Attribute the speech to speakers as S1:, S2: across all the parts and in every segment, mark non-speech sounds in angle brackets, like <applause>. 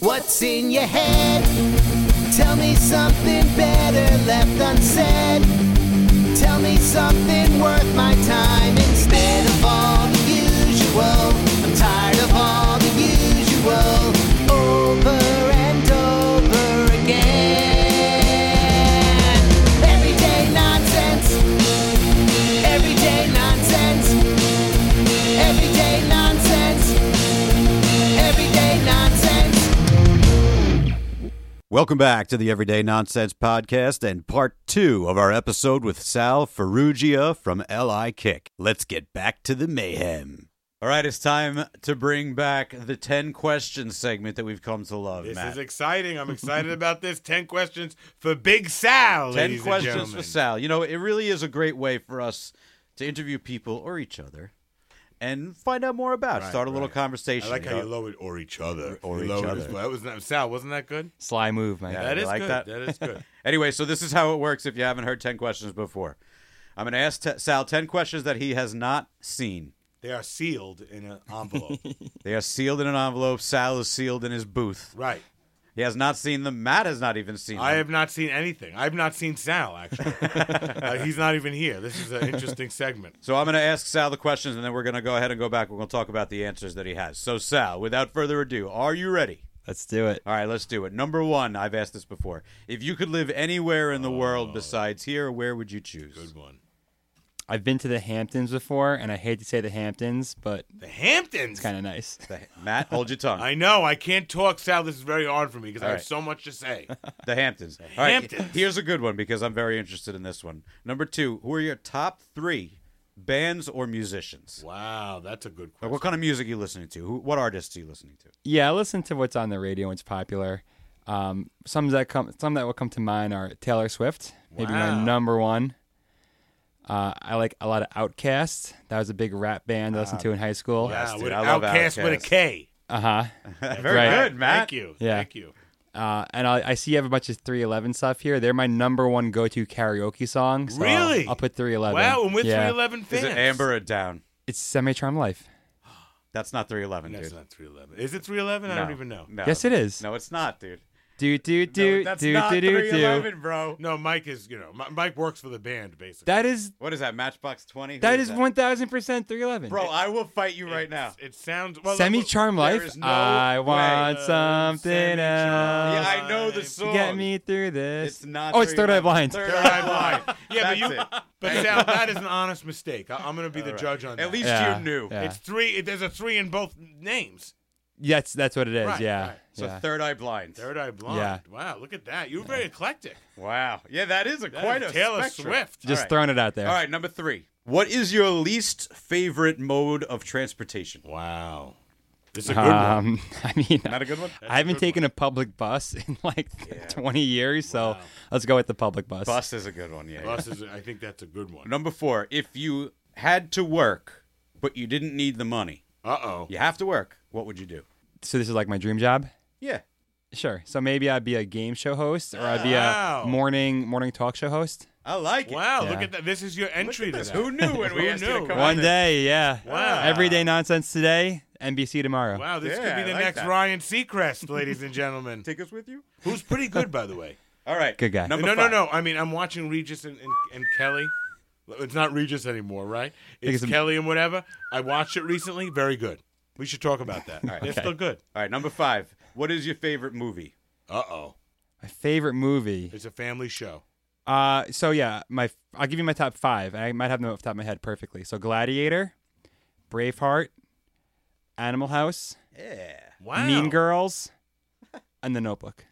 S1: What's in your head? Tell me something better left unsaid. Tell me something worth my time instead of all the usual. I'm tired of all the usual. Over and over again. Everyday nonsense. Everyday nonsense. Everyday nonsense. Everyday nonsense.
S2: Welcome back to the Everyday Nonsense Podcast and part two of our episode with Sal Ferrugia from LI Kick. Let's get back to the mayhem. All right, it's time to bring back the 10 question segment that we've come to love,
S3: This
S2: Matt.
S3: is exciting. I'm excited <laughs> about this. Ten questions for Big Sal.
S2: Ten
S3: ladies and
S2: questions
S3: gentlemen.
S2: for Sal. You know, it really is a great way for us to interview people or each other and find out more about.
S3: Right,
S2: Start a little
S3: right. I
S2: conversation.
S3: like how
S2: know?
S3: you lowered or each other.
S2: Or
S3: You
S2: each
S3: lowered as
S2: other.
S3: well. That was not, Sal. Wasn't that good?
S4: Sly move, man.
S2: Yeah.
S3: That
S2: you
S3: is
S2: like
S3: good.
S2: that?
S3: that
S2: <laughs>
S3: is good.
S2: Anyway, so this is how it works. If you haven't heard ten questions before, I'm going to ask T- Sal ten questions that he has not seen.
S3: they are sealed
S2: <laughs>
S3: in an envelope.
S2: They are sealed in an envelope. Sal is sealed in his booth.
S3: right.
S2: He has not seen them. Matt has not even seen them.
S3: I have not seen anything. I have not seen
S2: <laughs>
S3: Sal actually. Uh, he's not even here. This is an interesting segment.
S2: So I'm going to ask Sal the questions, and then we're going to go ahead and go back. We're going to talk about the answers that he has. So Sal, without further ado, are you ready?
S4: Let's do it.
S2: All right, let's do it. Number one, I've asked this before. If you could live anywhere in the world besides here, where would you choose?
S3: Uh, Good one.
S4: I've been to the Hamptons before, and I hate to say the Hamptons, but
S3: The Hamptons.
S4: it's kind of nice.
S2: The- Matt, hold your tongue.
S3: <laughs> I know. I can't talk, Sal. This is very hard for me because I
S2: All
S3: have
S2: right.
S3: so much
S2: <laughs>
S3: to say.
S2: The Hamptons. All right,
S3: Hamptons.
S2: Here's a good one because I'm very interested in this one. Number two, who are your top three bands or musicians?
S3: wow, that's a good
S2: Like,
S3: question.
S2: what kind of music are you listening to? Who, what artists are you listening to?
S4: Yeah, I listen to what's on the radio, what's popular. Um, some that come, some that will come to mind are Taylor Swift, maybe
S3: Wow.
S4: my number one. Uh, I like a lot of Outcasts. That was a big rap band I listened to in high school.
S3: Wow,
S2: dude,
S3: with
S2: I love
S3: Outcast with a
S2: Outkast.
S3: K.
S4: Uh huh.
S2: very
S4: Right.
S2: good, Matt.
S3: Thank you.
S4: Yeah.
S3: Thank you.
S4: Uh, and I, I see you have a bunch of 311 stuff here. They're my number one go-to karaoke song. So I'll-
S3: Really?
S4: I'll, put
S2: Uh,
S4: 311.
S3: Wow, and with
S4: yeah.
S3: 311 fans.
S2: Is it Amber or Down?
S4: It's Semi-Charm Life.
S2: That's not 311,
S3: That's
S2: dude.
S3: not 311. Is it 311? I
S2: No.
S3: don't even know.
S2: No.
S4: Yes, it is.
S2: No, it's not, dude.
S4: Do do do
S2: that's
S4: do
S2: not
S4: do do do.
S2: 311, bro.
S3: No, Mike is, you know, Mi- Mike works for the band, basically.
S4: That is
S2: What is that? Matchbox 20? Who
S4: that is one thousand percent 311.
S2: Bro, I will fight you right now.
S3: It sounds. Well,
S4: Semi
S3: look,
S4: Charm
S2: there
S4: Life.
S2: is no
S4: I
S2: way.
S3: <laughs>
S4: want
S3: Uh,
S4: something
S3: semi-charm.
S4: else.
S2: Yeah, I know the
S3: Life.
S2: song.
S4: Get me through this.
S2: It's not.
S4: Oh, it's Third Eye
S2: 311.
S4: Blind.
S2: Third
S3: Third
S2: Eye
S3: Eye
S2: <laughs> Blind.
S3: Blind. Yeah, but
S2: That's
S3: you.
S2: it.
S3: But Sal, that is an honest mistake. I, am going to be the
S2: right.
S3: judge on that.
S2: At least
S4: Yeah,
S2: you knew.
S4: yeah.
S3: it's three. It, there's a three in both names.
S4: Yes, that's what it is.
S3: Right,
S4: yeah.
S3: right.
S2: So
S4: yeah.
S2: Third Eye Blind.
S3: Third Eye Blind.
S4: Yeah.
S3: Wow, look at that. You were very eclectic.
S2: Wow. Yeah, that is a
S3: That
S2: quite
S3: is
S2: a
S3: Taylor
S2: spectrum.
S3: Swift.
S4: Just
S2: All right.
S4: throwing it out there.
S2: All right, number three. What is your least favorite mode of transportation?
S3: Wow. This is a good
S2: Uh-huh.
S3: one.
S4: Um, <laughs> I mean,
S2: Not a good one.
S4: I haven't taken a public bus in like 20 years, so
S3: Wow.
S4: let's go with the public bus.
S2: Bus is a good one. Yeah. yeah.
S3: Bus is, I think that's a good one.
S2: Number four. If you had to work, but you didn't need the money,
S3: Uh oh.
S2: you have to work. What would you do?
S4: So this is like my dream job.
S2: Yeah.
S4: Sure. So maybe I'd be a game show host, or I'd be
S3: Wow.
S4: a morning morning talk show host.
S2: I like it.
S3: Wow,
S4: Yeah.
S3: look at that. This is your entry to
S2: This-
S3: that.
S2: Who knew when we
S3: Who
S2: asked you to
S3: knew?
S2: come on
S4: One
S2: this?
S4: day, yeah.
S3: Wow.
S4: Everyday nonsense today, NBC tomorrow.
S3: Wow, this
S2: Yeah,
S3: could be
S2: I
S3: the
S2: like
S3: next
S2: that. <laughs>
S3: Ryan Seacrest, ladies and gentlemen.
S2: Take us with you.
S3: Who's pretty good, by the
S2: <laughs>
S3: way.
S2: All right.
S4: Good guy.
S2: Number
S3: no,
S2: five.
S3: no, no. I mean, I'm watching Regis and, and, and Kelly. It's not Regis anymore, right? It's
S4: it's a-
S3: Kelly and whatever. I watched it recently. Very good. We should talk about that.
S2: right.
S3: They're still good.
S2: <laughs> All right, number five. What is your favorite movie?
S3: Uh oh.
S4: My favorite movie.
S3: It's a family show.
S4: Uh, so yeah, my I'll give you my top five. I might have them off the top of my head perfectly. So Gladiator, Braveheart, Animal House,
S2: Yeah.
S3: Wow.
S4: Mean Girls, and The Notebook.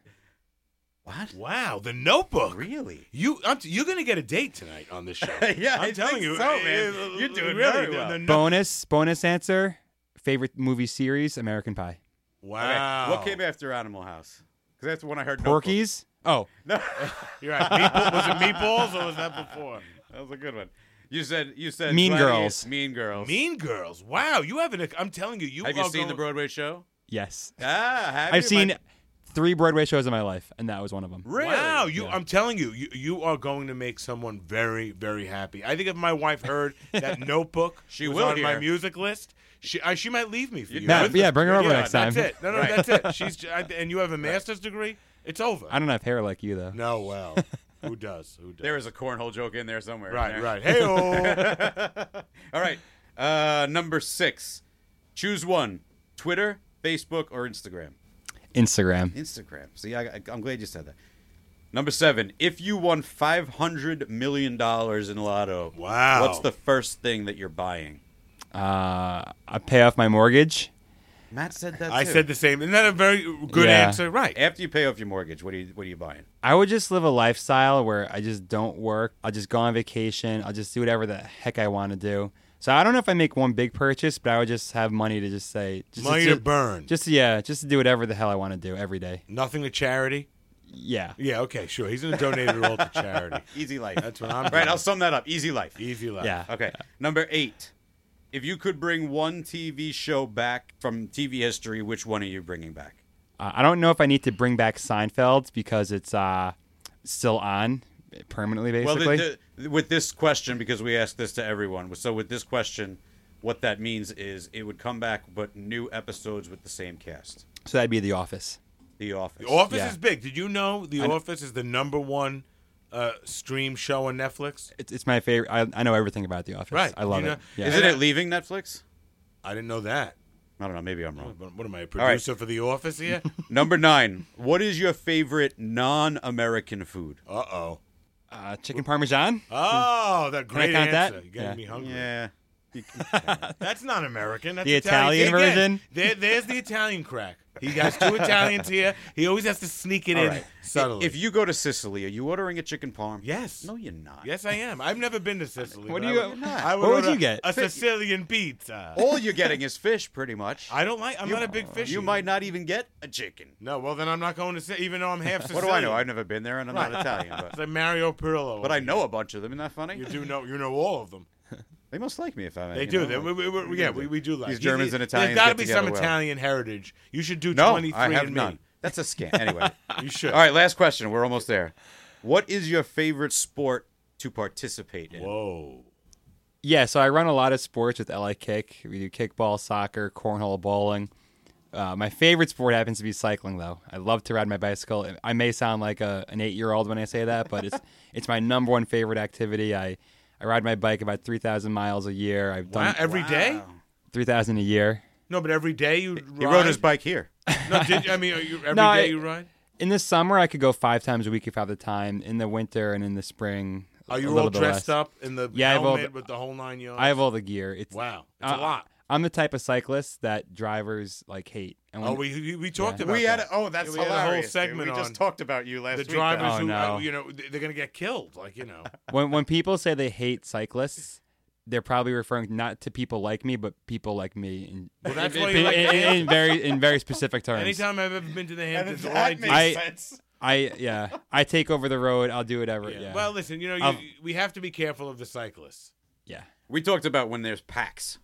S2: What?
S3: Wow. The Notebook.
S2: Really?
S3: You, I'm t- you're gonna get a date tonight on this show.
S2: <laughs> Yeah,
S3: I'm
S2: I
S3: telling
S2: think
S3: you,
S2: so, man.
S3: uh,
S2: You're doing
S3: really,
S2: very
S3: the-
S2: well.
S3: the no-
S4: Bonus bonus answer. Favorite movie series: American Pie.
S3: wow.
S2: What came after Animal House? Because that's the one I heard. Notebook.
S4: Porky's. Oh,
S2: No,
S3: You're right. Meatball, was it meatballs or was that before?
S2: that was a good one. You said you said
S4: Mean
S2: Gladiator-
S4: Girls.
S2: Mean Girls.
S3: Mean Girls. Wow, you haven't. I'm telling you, you
S2: have you
S3: are
S2: seen the
S3: going-
S2: Broadway show?
S4: yes.
S2: Ah, have
S4: I've
S2: you?
S4: seen
S2: My-
S4: three Broadway shows in my life, and that was one of them.
S2: Really?
S3: Wow, you!
S4: Yeah.
S3: I'm telling you, you, you are going to make someone very, very happy. I think if my
S2: <laughs>
S3: wife heard that Notebook
S2: She
S3: was
S2: will
S3: on my
S2: hear.
S3: music list, she I, she might leave me for you.
S4: Matt,
S3: With-
S4: yeah, bring her over
S3: yeah,
S4: next time.
S3: That's it. No, no,
S2: <laughs>
S3: that's it. She's j- I, and you have a master's degree. It's over.
S4: I don't have hair like you though.
S3: <laughs> no, well, who does? Who does?
S2: There is a cornhole joke in there somewhere. in
S3: right,
S2: there.
S3: right. Hey,
S2: <laughs>
S3: oh,
S2: All right. Uh, number six. Choose one: Twitter, Facebook, or Instagram.
S4: Instagram.
S2: Instagram. See, I, I'm glad you said that. Number seven. If you won five hundred million dollars in Lotto,
S3: Wow.
S2: what's the first thing that you're buying?
S4: Uh, I pay off my mortgage.
S2: Matt said that.
S3: I
S2: too.
S3: said the same. Isn't that a very good
S4: Yeah.
S3: answer? Right.
S2: After you pay off your mortgage, what are you what are you buying?
S4: I would just live a lifestyle where I just don't work. I'll just go on vacation. I'll just do whatever the heck I want to do. So I don't know if I make one big purchase, but I would just have money to just say just
S3: Money
S4: to,
S3: to burn.
S4: Just yeah, just to do whatever the hell I want to do every day.
S3: Nothing to charity.
S4: Yeah.
S3: Yeah, okay, sure. He's gonna donate it all to charity.
S4: <laughs>
S2: Easy life.
S3: That's what I'm.
S2: All <laughs> right,
S3: doing.
S2: I'll sum that up. Easy life.
S3: Easy life.
S4: Yeah.
S2: Okay. Number eight. If you could bring one TV show back from TV history, which one are you bringing back?
S4: Uh, I don't know if I need to bring back Seinfeld because it's uh, still on permanently,
S2: Well,
S4: basically.
S2: the, the, with this question, because we ask this to everyone, so with this question, what that means is it would come back, but new episodes with the same cast.
S4: so that'd be The Office.
S2: The Office.
S3: The Office
S4: Yeah.
S3: is big. Did you know The Office is the number one uh, stream show on Netflix?
S4: It's, it's my favorite. I, I know everything about The Office.
S3: Right.
S4: I love
S3: You
S4: it.
S3: know-
S4: Yeah.
S2: Isn't it leaving Netflix?
S3: I didn't know that.
S2: I don't know. Maybe I'm wrong.
S3: What, what am I, a
S2: right.
S3: producer for The Office
S4: <laughs>
S3: here?
S2: <laughs> Number nine. What is your favorite non-American food?
S3: uh oh.
S4: uh, chicken Parmesan?
S3: Oh, that great
S4: count that?
S3: answer. You're getting
S4: Yeah.
S3: me hungry.
S2: Yeah. <laughs>
S3: That's not American. That's
S4: The Italian
S3: Again,
S4: version?
S3: There, there's the Italian crack. He has two Italians here. He always has to sneak it
S2: All
S3: in
S2: right.
S3: subtly.
S2: If you go to Sicily, are you ordering a chicken parm?
S3: yes.
S2: No, you're not.
S3: Yes, I am. I've never been to Sicily.
S4: <laughs> What
S3: but
S4: do you-
S3: I would,
S4: You're not.
S3: I would
S4: What would
S3: order
S4: you get?
S3: A Sicilian pizza.
S2: All you're getting is fish, pretty <laughs> much.
S3: I don't like. I'm not a big fish.
S2: You might not even get a chicken.
S3: No, well then I'm not going to say. Even though I'm half <laughs>
S2: What
S3: Sicilian.
S2: do I know? I've never been there, and I'm not Italian,
S3: It's
S2: but
S3: like Mario Pirillo.
S2: but I know a bunch of them. Isn't that funny?
S3: You do know. You know all of them.
S2: They must like me if I'm.
S3: <laughs> They
S2: you know,
S3: do. They, we,
S2: like-
S3: we, we, yeah, we, we do like
S2: These Germans and Italians
S3: There's got to
S2: get
S3: be some
S2: together well.
S3: Italian heritage. You should do
S2: no,
S3: 23
S2: I have
S3: and
S2: none. That's a
S3: <laughs>
S2: scam. Anyway,
S3: You should.
S2: all right. Last question. We're almost there. What is your favorite sport to participate in?
S3: Whoa.
S4: Yeah, so I run a lot of sports with LA Kick. We do kickball, soccer, cornhole, bowling. Uh, my favorite sport happens to be cycling, though. I love to ride my bicycle. I may sound like a, an eight-year-old when I say that,
S3: <laughs>
S4: but it's it's my number one favorite activity. I, I ride my bike about three thousand miles a year. I've
S3: Wow,
S4: done
S3: every day?
S2: Wow.
S4: three thousand a year.
S3: No, but every day you
S2: He
S3: ride.
S2: rode his bike here.
S3: No, did you, I mean are you, every day
S4: <laughs> No, I-
S3: you ride?
S4: In the summer, I could go five times a week if I have the time. In the winter and in the spring,
S3: Are
S4: a
S3: you
S4: little
S3: all
S4: bit
S3: dressed
S4: less.
S3: up in the
S4: Yeah, I have all
S3: helmet
S4: the-
S3: with the whole nine yards?
S4: I have all the gear. It's
S3: wow, it's
S4: uh,
S3: a lot.
S4: I'm the type of cyclist that drivers like hate. And when-
S3: Oh, we we- we talked about
S2: We had
S3: that.
S2: a, oh, that's
S3: We had a whole
S2: hilarious, dude.
S3: segment
S2: We just
S3: on
S2: talked about you last
S3: the
S2: week.
S3: drivers
S4: Oh,
S3: who
S4: no.
S3: uh, you know they're gonna get killed. Like you know, <laughs>
S4: when when people say they hate cyclists, they're probably referring not to people like me, but people like me in,
S3: well that's
S2: In-
S3: why
S4: in,
S3: you like
S4: in- in very in very specific terms.
S3: Anytime I've ever been to the <laughs>
S2: And
S3: Hamptons, all I
S2: that
S3: do.
S2: makes
S4: I-
S2: sense.
S4: I yeah, I take over the road. I'll do whatever. Yeah.
S3: Well, listen, you know, you,
S4: Um,
S3: we have to be careful of the cyclists.
S4: yeah.
S2: We talked about when there's packs.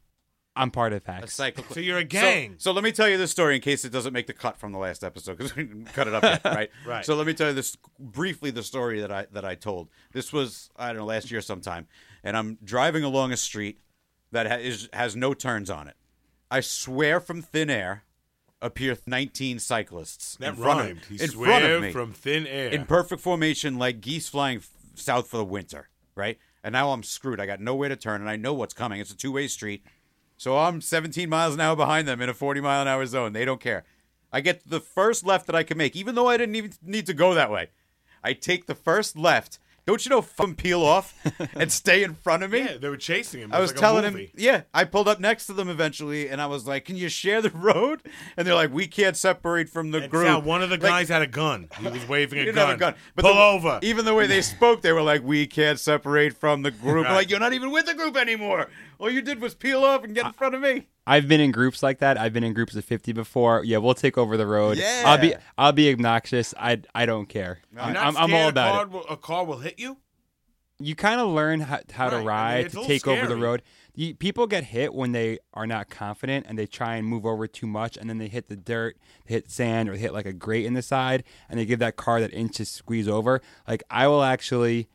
S4: I'm part of
S2: A
S3: <laughs>
S4: PAX.
S2: cycle.
S3: So you're a
S2: So-
S3: gang.
S2: So, let me tell you this story in case it doesn't make the cut from the last episode because we didn't cut it up
S3: <laughs>
S2: yet, right?
S3: Right.
S2: So let me tell you this briefly the story that I that I told. This was I don't know last year sometime, and I'm driving along a street that ha- is, has no turns on it. I swear from thin air appear 19 cyclists
S3: that
S2: in front
S3: rhymed.
S2: of
S3: He
S2: in
S3: swear
S2: front of me
S3: from thin air.
S2: in perfect formation like geese flying f- south for the winter, right? And now I'm screwed. I got nowhere to turn, and I know what's coming. It's a two way street. So I'm 17 miles an hour behind them in a 40 mile an hour zone. They don't care. I get the first left that I can make, even though I didn't even need to go that way. I take the first left. Don't you know, fucking peel
S3: <laughs>
S2: off and stay in front of me?
S3: yeah, they were chasing him. It
S2: I was
S3: like
S2: telling
S3: a
S2: him,
S3: movie.
S2: yeah. I pulled up next to them eventually, and I was like, "Can you share the <laughs> road?" And they're like, "We can't separate from the
S3: And
S2: group."
S3: Sal, one of the
S2: Like,
S3: guys had a gun. He was waving
S2: you
S3: a,
S2: didn't
S3: gun.
S2: have a gun.
S3: Pull
S2: the-
S3: over.
S2: Even the way <laughs> they spoke, they were like, "We can't separate from the group."
S3: Right.
S2: Like you're not even with the group anymore. All you did was peel off and get in front of me.
S4: I've been in groups like that. I've been in groups of 50 before. Yeah, we'll take over the road. I'll be
S2: Yeah.
S4: I'll be obnoxious. I I don't care.
S3: You're
S4: I'm,
S3: not
S4: I'm, I'm all
S3: scared a
S4: about
S3: car
S4: it.
S3: Will, a car will hit you.
S4: you kind of learn how,
S3: Right, I
S4: how to
S3: mean,
S4: ride
S3: it's a
S4: to
S3: little
S4: take over the
S3: scary.
S4: road. You, people get hit when they are not confident and they try and move over too much, and then they hit the dirt, they hit sand, or they hit like a grate in the side, and they give that car that inch to squeeze over. Like I will actually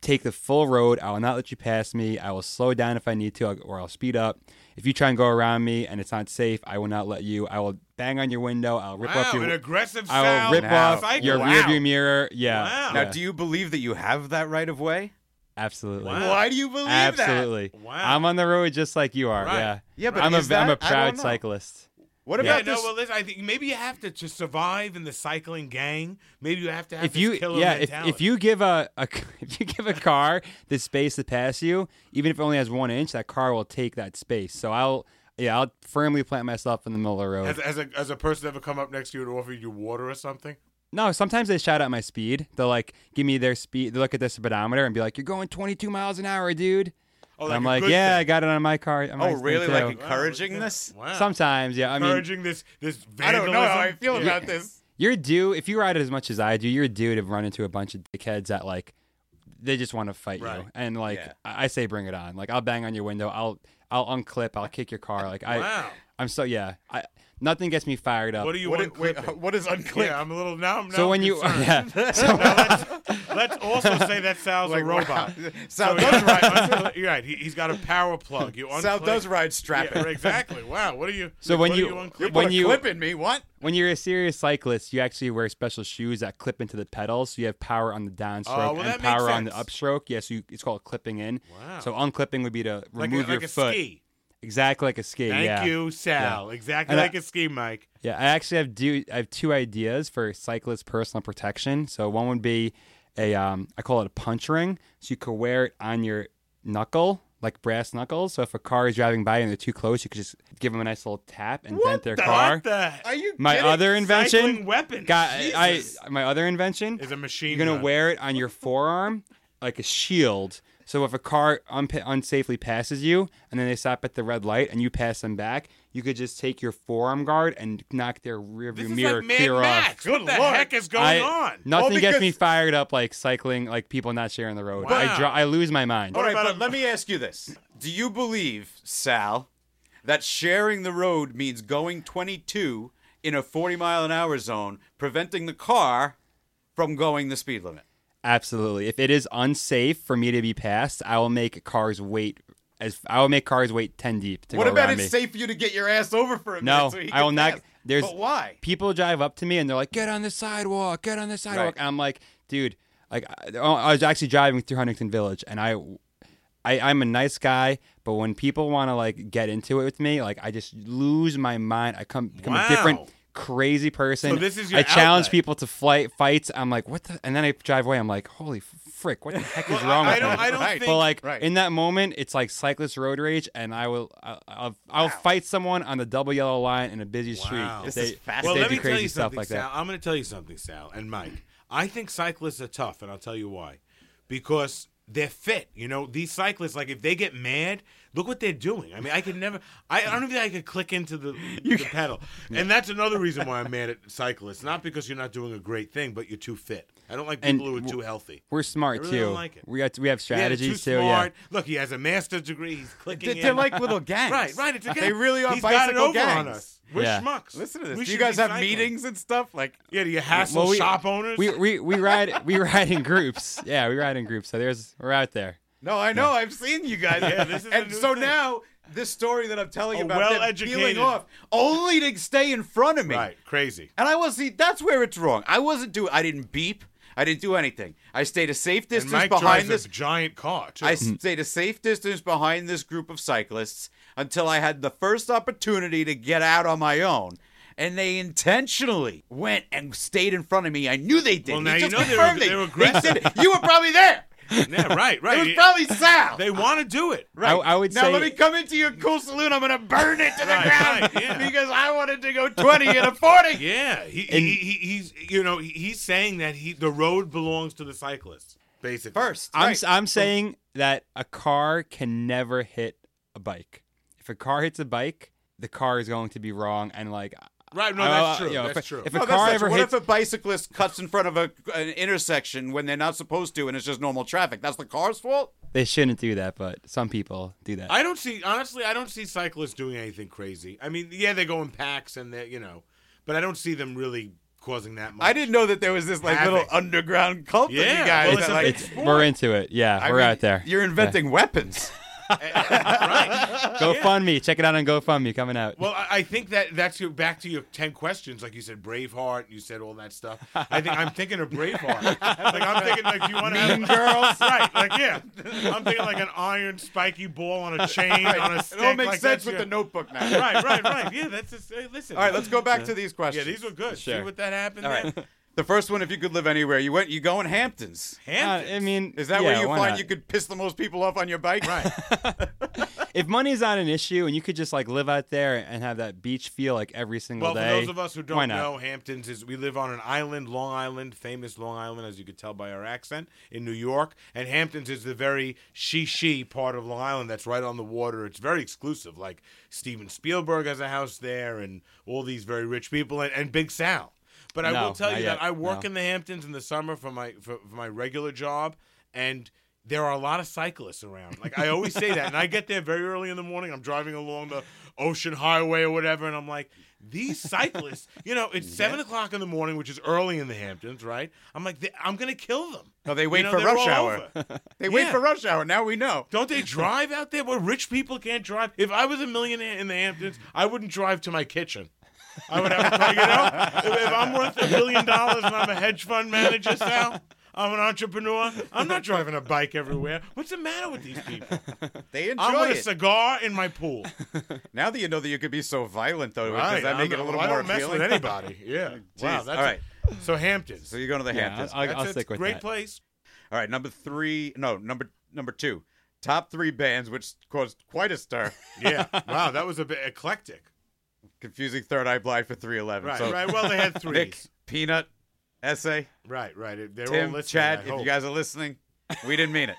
S4: take the full road. I will not let you pass me. I will slow down if I need to, or I'll speed up. If you try and go around me and it's not safe, I will not let you. I will bang on your window. I'll rip
S3: Wow,
S4: off
S3: an
S4: your.
S3: aggressive
S4: I
S3: Sal.
S4: will rip
S3: Wow.
S4: off your
S3: Wow.
S4: rearview mirror. Yeah.
S3: Wow.
S2: Now,
S4: Yeah.
S2: do you believe that you have that right of way? Ah.
S4: absolutely.
S3: Wow.
S2: Why do you believe that?
S4: Absolutely.
S3: Wow.
S4: I'm on the road just like you are.
S3: Right.
S4: Yeah.
S2: Yeah, but
S4: I'm a
S2: is that-
S4: am a
S2: I don't
S4: proud
S2: know.
S4: cyclist.
S2: What
S3: Yeah,
S2: about
S3: no,
S2: this?
S3: well, listen, I think maybe you have to to survive in the cycling gang. Maybe you have to have
S4: If
S3: this
S4: you
S3: killer
S4: yeah, if,
S3: mentality.
S4: if you give a, a <laughs> if you give a car the space to pass you, even if it only has one inch, that car will take that space. So I'll yeah, I'll firmly plant myself in the middle of the road.
S3: as, as a as a person ever come up next to you and offer you water or something,
S4: No, sometimes they shout out my speed. They'll like give me their speed. They look at their speedometer and be like, "You're going 22 miles an hour, dude."
S3: oh,
S4: And
S3: like
S4: I'm
S3: a
S4: like,
S3: good
S4: "Yeah, I
S3: thing.
S4: got it on my car." on my
S2: oh,
S4: thing,
S2: really? Like
S4: too."
S2: encouraging this?
S3: wow.
S4: sometimes, yeah. I mean,
S3: encouraging this this
S2: I
S3: vandalism.
S2: don't know how I feel
S3: Yeah.
S2: about <laughs> this.
S4: you're due if you ride as much as I do. You're due to run into a bunch of dickheads that like they just want to fight
S3: Right.
S4: you. And like
S2: Yeah.
S4: I I say, bring it on. Like I'll bang on your window. I'll I'll unclip. I'll kick your car. Like I,
S3: Wow.
S4: I'm so yeah. I nothing gets me fired up.
S3: What are you
S2: What,
S3: on
S2: it, wait, uh, what is unclear?
S3: Yeah, I'm a little now. I'm now
S4: so when you
S3: concerned.
S4: <laughs>
S3: <laughs>
S4: yeah. So- <laughs>
S3: Let's also say that Sal's
S2: Like, <laughs>
S3: a robot.
S2: wow.
S3: So
S2: Sal
S3: yeah,
S2: does <laughs> ride.
S3: uncl- you're right. He, he's got a power plug. You
S2: <laughs> Sal
S3: unclick-
S2: does ride strapping.
S3: Yeah, exactly. Wow. What are you?
S4: So when
S3: what are
S4: you-
S3: unclicking?
S4: when
S2: Put a
S4: you-
S2: clip in me, what?
S4: when you're a serious cyclist, you actually wear special shoes that clip into the pedals, so you have power on the downstroke
S3: Oh, well, that makes
S4: and power on the
S3: sense.
S4: upstroke. Yes, you, it's called clipping in.
S3: Wow.
S4: So unclipping would be to
S3: like
S4: remove
S3: a,
S4: your
S3: like a
S4: foot,
S3: ski.
S4: exactly like a ski.
S3: Thank
S4: yeah.
S3: you, Sal. Exactly
S4: And I-
S3: like a ski, Mike.
S4: Yeah, I actually have do I have two ideas for cyclist personal protection. So one would be a um, I call it a punch ring. So you could wear it on your knuckle, like brass knuckles. So if a car is driving by and they're too close, you could just give them a nice little tap and dent their
S3: the,
S4: car.
S3: What the?
S2: Are you
S4: my
S2: kidding?
S4: other
S3: Cycling
S4: invention,
S3: weapon.
S4: got I,
S3: Jesus.
S4: I my other invention
S3: Is a machine.
S4: You're gonna
S3: gun.
S4: wear it on your forearm like a shield. So if a car unpa unsafely passes you, and then they stop at the red light, and you pass them back, you could just take your forearm guard and knock their rearview
S3: This is
S4: mirror
S3: like Mad
S4: clear
S3: Max.
S4: off.
S3: What the
S2: Lord.
S3: heck is going
S4: I-
S3: on?
S4: Nothing
S2: Well,
S4: gets
S2: because-
S4: me fired up like cycling, like people not sharing the road.
S3: Wow.
S4: I draw, I lose my mind.
S2: All right,
S3: about
S2: but
S3: a-
S2: let me ask you this: Do you believe, Sal, that sharing the road means going 22 in a 40 mile an hour zone, preventing the car from going the speed limit?
S4: Absolutely. If it is unsafe for me to be passed, I will make cars wait. As I will make cars wait ten deep to
S2: What
S4: go
S2: about
S4: around
S2: it's
S4: me.
S2: safe for you to get your ass over for a
S4: No,
S2: minute? so he
S4: I will
S2: can
S4: not.
S2: pass?
S4: There's
S2: But why?
S4: people drive up to me and they're like, "Get on the sidewalk! Get on the sidewalk!"
S2: Right.
S4: And I'm like, "Dude, like I, oh, I was actually driving through Huntington Village, and I, I, I'm a nice guy, but when people want to like get into it with me, like I just lose my mind. I come become
S3: Wow.
S4: a different crazy person.
S3: So this is your
S4: I challenge
S3: outlet.
S4: people to flight fights. I'm like, "What the?" And then I drive away. I'm like, "Holy frick! What the heck is wrong
S3: I
S4: with
S3: don't-
S4: me?"
S3: I don't
S2: Right.
S3: think-
S4: But like
S2: Right.
S4: in that moment, it's like cyclist road rage, and I will I, I'll, I'll fight someone on the double yellow line in a busy street.
S3: Wow.
S4: if
S2: This
S4: they,
S2: is
S4: if
S2: fascinating.
S4: they
S2: Well,
S4: do crazy stuff
S3: something,
S4: like
S3: Sal.
S4: that.
S3: I'm going to tell you something, Sal and Mike. I think cyclists are tough, and I'll tell you why. Because they're fit. You know, these cyclists, like, if they get mad, look what they're doing. I mean, I could never, I, I don't even think I could click into the, the pedal. And that's another reason why I'm mad at cyclists. Not because you're not doing a great thing, but you're too fit. I don't like
S4: And
S3: people who are
S4: w-
S3: too healthy.
S4: We're
S3: I
S4: smart
S3: really
S4: too.
S3: don't like it.
S4: We got we have
S3: Yeah, they're
S4: strategies
S3: too
S4: too.
S3: smart. Look, he has a master's degree. He's clicking
S2: They're,
S3: in.
S2: they're like little gangs.
S3: Right, right. It's a
S2: They
S3: gang.
S2: really are
S3: He's got it
S2: bicycle
S3: over
S2: gangs.
S3: on us. We're
S4: Yeah.
S3: schmucks.
S2: Listen to this.
S3: We
S2: Do you
S3: should
S2: guys
S3: be
S2: have
S3: cycling.
S2: meetings and stuff? Like,
S3: Yeah, do you
S4: Yeah.
S3: hassle shop owners?
S4: We, we we ride
S3: <laughs>
S4: we ride in groups. Yeah, we ride in groups. So there's we're out there.
S2: no, I know. I've seen you guys.
S3: Yeah, this is a
S2: and
S3: new
S2: so
S3: thing.
S2: now, this story that I'm telling
S3: A
S2: you about them
S3: well-educated-
S2: peeling off, only to stay in front of me.
S3: right, crazy.
S2: And I was see that's where it's wrong. I wasn't doing. I didn't beep. I didn't do anything. I stayed a safe
S3: And
S2: distance
S3: Mike drives
S2: behind this.
S3: a giant car too.
S2: I
S3: <laughs>
S2: stayed a safe distance behind this group of cyclists until I had the first opportunity to get out on my own. And they intentionally went and stayed in front of me. I knew they did.
S3: Well,
S2: He
S3: now you
S2: just
S3: know they were-
S2: confirmed it.
S3: they
S2: He
S3: were
S2: did it. You were probably there.
S3: yeah,
S4: <laughs>
S3: right, <laughs> right.
S2: It was probably Sal.
S3: they want to do it.
S2: Right.
S4: I- I would
S2: now
S4: say-
S2: let me come into your cool saloon. I'm gonna burn it to the
S3: Right,
S2: ground
S3: right, yeah.
S2: because I wanted to go 20 and a 40.
S3: Yeah, he, he, he he's you know he, he's saying that he the road belongs to the cyclist basically
S2: First,
S4: I'm
S2: right.
S4: s- uh, I'm saying that a car can never hit a bike. If a car hits a bike, the car is going to be wrong, and like
S3: Right, no,
S4: I-
S3: that's
S4: I-
S3: true,
S4: you know,
S3: that's
S4: Uh, if,
S3: true.
S4: If a
S3: No,
S2: No,
S4: car
S2: Oh, that's,
S4: ever
S2: what
S4: hits,
S2: if a bicyclist cuts in front of a, an intersection when they're not supposed to and it's just normal traffic? That's the car's fault?
S4: they shouldn't do that, but some people do that.
S3: I don't see honestly. I don't see cyclists doing anything crazy. I mean, yeah, they go in packs and they, you know, but I don't see them really causing that much.
S2: I didn't know that there was this like little
S3: Havoc.
S2: underground cult of you
S3: Yeah,
S2: guys.
S3: well,
S2: that,
S3: it's a
S2: like,
S3: big sport.
S4: We're into it. Yeah,
S2: I
S4: we're
S2: mean,
S4: out there.
S2: You're inventing weapons.
S3: right.
S4: <laughs> GoFundMe. Check it out on GoFundMe coming out.
S3: Well, I, I think that that's your back to your ten questions. Like you said, Braveheart. You said all that stuff. I think I'm thinking of Braveheart. like I'm thinking like you want to mean girls, right? Like yeah, I'm thinking like an iron spiky ball on a chain on a stick.
S2: It all makes sense
S3: like, that's
S2: with
S3: your-
S2: the notebook now.
S3: <laughs> Right, right, right. Yeah, that's just, hey, listen.
S2: All right, let's go back to these
S3: Yeah,
S2: questions.
S3: these were good. See
S4: Sure.
S3: what that happened.
S2: All
S3: there?
S2: right. <laughs> The first one, if you could live anywhere, you went. You go in Hamptons.
S4: Uh,
S3: Hamptons.
S4: I mean,
S2: Is that
S4: yeah,
S2: where you
S4: why
S2: find
S4: not?
S2: you could piss the most people off on your bike?
S3: right.
S4: If money's not an issue and you could just like live out there and have that beach feel like every
S3: Well,
S4: single day.
S3: for those of us who
S4: why
S3: don't
S4: not?
S3: know, Hamptons is we live on an island, Long Island, famous Long Island, as you could tell by our accent, in New York. And Hamptons is the very she she part of Long Island that's right on the water. It's very exclusive. Like Steven Spielberg has a house there, and all these very rich people, and, and Big Sal. But I
S4: No,
S3: will tell
S4: not
S3: you
S4: yet.
S3: that I work
S4: No.
S3: in the Hamptons in the summer for my for, for my regular job, and there are a lot of cyclists around. Like I always say that, and I get there very early in the morning. I'm driving along the ocean highway or whatever, and I'm like, these cyclists. <laughs> You know, it's seven o'clock in the morning, which is early in the Hamptons, right? I'm like, "They- I'm gonna kill them.
S2: No, they
S3: You
S2: wait
S3: know,
S2: for
S3: they're
S2: rush
S3: all
S2: hour. <laughs>
S3: over.
S2: They wait
S3: Yeah.
S2: for rush hour. Now we know. <laughs>
S3: Don't they drive out there? Well, rich people can't drive. If I was a millionaire in the Hamptons, I wouldn't drive to my kitchen. I would have to, you know, if, if I'm worth a billion dollars and I'm a hedge fund manager, Sal, I'm an entrepreneur. I'm not driving a bike everywhere. What's the matter with these people?
S2: They enjoy
S3: I want a
S2: it.
S3: cigar in
S2: <laughs>
S3: my pool.
S2: now that you know that you could be so violent, though, does that
S3: I'm
S2: make it a
S3: not-
S2: little
S3: I
S2: more
S3: don't mess
S2: appealing?
S3: with anybody. Yeah. wow.
S2: Jeez.
S3: That's
S2: All right.
S3: So Hamptons.
S2: <laughs> So you go to the
S4: yeah,
S2: Hamptons.
S4: I'll, I'll
S3: That's a
S4: stick with
S3: great
S4: that.
S3: place.
S2: All right, number three. No, number number two. Top three bands, which caused quite a stir.
S3: <laughs>
S2: <laughs>
S3: Yeah. Wow. That was a bit eclectic.
S2: Confusing Third Eye Blind for 311.
S3: Right.
S2: so
S3: right. Well, they had
S2: <laughs>
S3: three.
S2: Nick, Peanut, Essay,
S3: Right. Right. They're all
S2: Tim,
S3: listening. I
S2: Chad, if
S3: hope.
S2: you guys are listening, we didn't
S3: <laughs>
S2: mean it.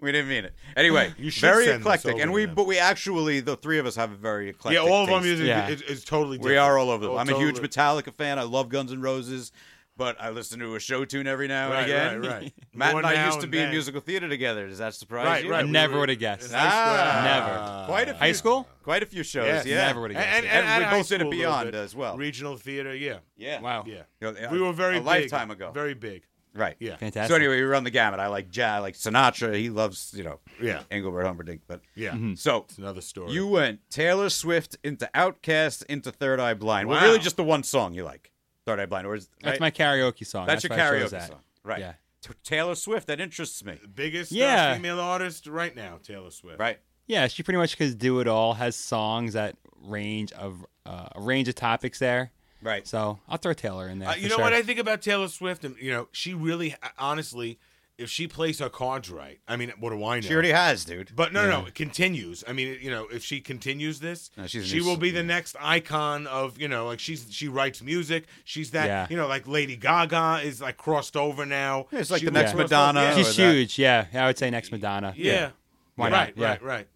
S2: We didn't mean it. Anyway,
S3: You should
S2: very
S3: send this
S2: eclectic,
S3: over
S2: and
S3: to
S2: we
S3: them.
S2: but we actually the three of us have a very eclectic.
S3: Yeah, all of our
S2: taste.
S3: music
S4: Yeah.
S3: is, is totally different. Oh,
S2: We are all over. The, I'm a
S3: totally-
S2: huge Metallica fan. I love Guns N' Roses, but I listen to a show tune every now and
S3: Right,
S2: again.
S3: right, right.
S2: <laughs> Matt
S3: More
S2: and I
S3: now
S2: used to
S3: and
S2: be in
S3: then.
S2: musical theater together. Does that surprise
S3: Right,
S2: you?
S3: right.
S4: I
S3: We
S4: never
S3: were-
S4: would have guessed.
S3: Nice
S2: Ah,
S4: Never.
S2: Quite a few.
S4: High school?
S2: Quite a few shows.
S3: Yes.
S2: Yeah.
S4: Never would
S3: And,
S4: have guessed.
S3: and,
S4: it.
S2: And we
S3: high
S2: both did it
S3: school a little
S2: beyond
S3: bit.
S2: as well.
S3: Regional theater, yeah,
S2: Yeah.
S4: Wow.
S3: yeah.
S2: You know,
S3: We were very
S2: a
S3: big,
S2: lifetime ago.
S3: very big.
S2: Right.
S3: Yeah,
S4: Fantastic.
S2: So anyway, we run the gamut. I like jazz, I like Sinatra. He loves, you know,
S3: Yeah.
S2: Engelbert Humperdinck. But
S3: yeah.
S4: Mm-hmm.
S2: so
S3: It's another story.
S2: you went Taylor Swift into Outcast into Third Eye Blind. Well,
S3: Wow.
S2: really, just the one song you like, Third Eye Blind. Or is, right?
S4: That's my karaoke song.
S2: That's, your
S4: why I chose
S2: karaoke
S4: that.
S2: song, right?
S4: Yeah.
S2: T- Taylor Swift. That interests me,
S3: biggest uh,
S4: Yeah.
S3: female artist right now, Taylor Swift.
S2: right?
S4: Yeah, she pretty much could do it all. Has songs that range of uh, a range of topics there.
S2: Right.
S4: So I'll throw Taylor in there.
S3: Uh,
S4: for
S3: you know
S4: sure.
S3: what I think about Taylor Swift, and you know, she really, uh, honestly, if she plays her cards right, I mean, what do I know?
S2: She already has, dude.
S3: But no, no, no, it continues. I mean, you know, if she continues this,
S2: No, she's a
S3: she
S2: new
S3: will
S2: s-
S3: be the next icon of, you know, like she's she writes music. She's that,
S4: Yeah.
S3: you know, like Lady Gaga is like crossed over now.
S2: It's like
S3: She
S2: the
S3: was
S2: next
S3: crossed
S2: Madonna
S3: over-
S2: or
S3: Yeah.
S4: She's
S2: that.
S4: huge. Yeah, I would say next Madonna.
S3: Oh, yeah.
S4: Why
S3: right,
S4: not?
S3: right,
S4: Yeah.
S3: right.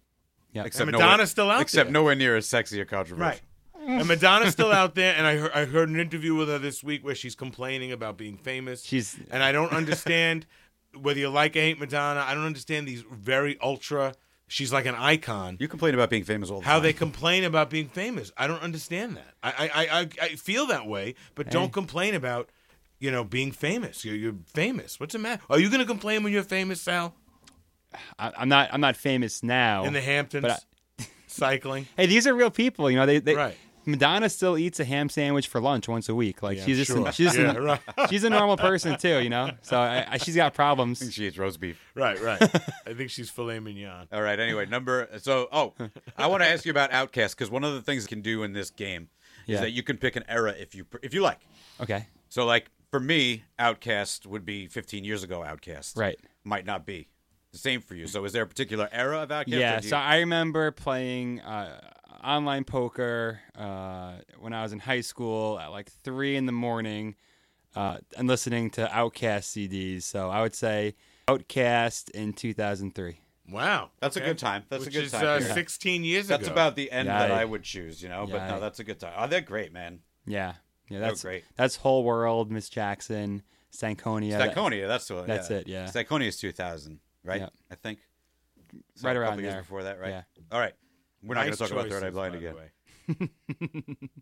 S2: Except
S3: And Madonna's
S2: nowhere-
S3: still out
S2: Except
S3: there.
S2: nowhere near as sexy or controversial.
S3: Right. And Madonna's still out there, and I heard, I heard an interview with her this week where she's complaining about being famous.
S4: She's-
S3: and I don't understand whether you like or hate Madonna. I don't understand these very ultra. She's like an icon.
S2: You complain about being famous all the
S3: How
S2: time.
S3: they complain about being famous? I don't understand that. I I, I, I feel that way, but don't complain about you know being famous. You're, you're famous. What's the matter? Are you going to complain when you're famous, Sal?
S4: I, I'm not. I'm not famous now.
S3: In the Hamptons,
S4: But
S3: <laughs> cycling.
S4: hey, these are real people. You know, they. they
S3: Right.
S4: Madonna still eats a ham sandwich for lunch once a week. Like she's just,
S3: sure.
S4: she's, just
S3: Yeah,
S4: a,
S3: right.
S4: she's a normal person too, you know. So I, I, she's got
S2: <laughs>
S4: problems.
S2: She eats roast beef.
S3: Right,
S4: <laughs>
S3: right. I think she's filet mignon.
S2: All right. Anyway, number. So, oh, I want to ask you about Outcast because one of the things you can do in this game
S4: Yeah.
S2: is that you can pick an era if you if you like.
S4: Okay,
S2: So, like for me, Outcast would be 15 years ago. Outcast,
S4: Right.
S2: Might not be the same for you. So, is there a particular era of Outcast? or
S4: Yeah,
S2: do
S4: so
S2: you-
S4: I remember playing uh, online poker uh, when I was in high school at like three in the morning, uh, and listening to Outcast CDs. So I would say Outcast in 2003.
S3: Wow,
S2: That's a good time. That's a
S3: Which
S2: good
S3: is,
S2: time
S3: Uh,
S2: period.
S3: Sixteen years
S2: that's
S3: ago.
S2: about the end that
S4: Yikes.
S2: I would choose. You know, but no,
S4: Yikes.
S2: that's a good time. Oh, they're great, man.
S4: Yeah, yeah. That's
S2: great.
S4: That's whole world. Miss Jackson, Stankonia. that-
S2: Stankonia, that's what.
S4: that's
S2: yeah.
S4: it, yeah.
S2: Stankonia is 2000, right?
S4: Yeah.
S2: I think. So
S4: Right
S2: a
S4: around
S2: couple years
S4: there.
S2: before that, right?
S4: Yeah.
S2: All right. We're not
S3: Nice
S2: going to talk about Third Eye
S3: choices,
S2: Blind
S3: by the
S2: again.
S3: way.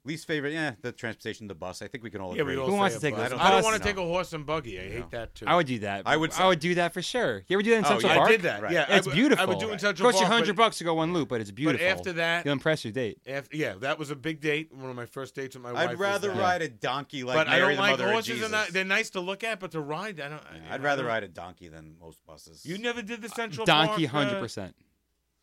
S2: Least favorite, yeah, the transportation, the bus. I think we can all
S3: Yeah,
S2: agree.
S3: we all
S4: Who wants
S3: say
S4: to take
S3: a bus.
S4: this?
S3: I don't
S4: Us?
S3: want to
S4: No.
S3: take a horse and buggy. I hate that too.
S4: I would do that.
S2: I would-
S4: I would do that for sure. You ever do that in Central
S2: yeah.
S4: Park?
S3: I did that.
S2: Right.
S3: Oh, Yeah,
S4: It's
S3: I would- I
S4: beautiful.
S3: would do it in Central
S4: Costs you
S3: Park, but-
S4: hundred bucks to go one loop, but it's beautiful.
S3: after that-
S4: you'll impress your date.
S3: Af- yeah, that was a big date. One of my first dates with my wife.
S2: I'd
S3: was
S2: rather
S3: that.
S2: ride a donkey like
S3: but I
S2: Mary
S3: don't
S2: the
S3: like
S2: Mother of
S3: horses, and I,
S2: Jesus.
S3: they're nice to look at, but to ride, I don't. I,
S2: I'd rather
S3: don't-
S2: ride a donkey than most buses.
S3: You never did the Central
S4: Donkey,
S3: Park, uh,
S4: hundred percent.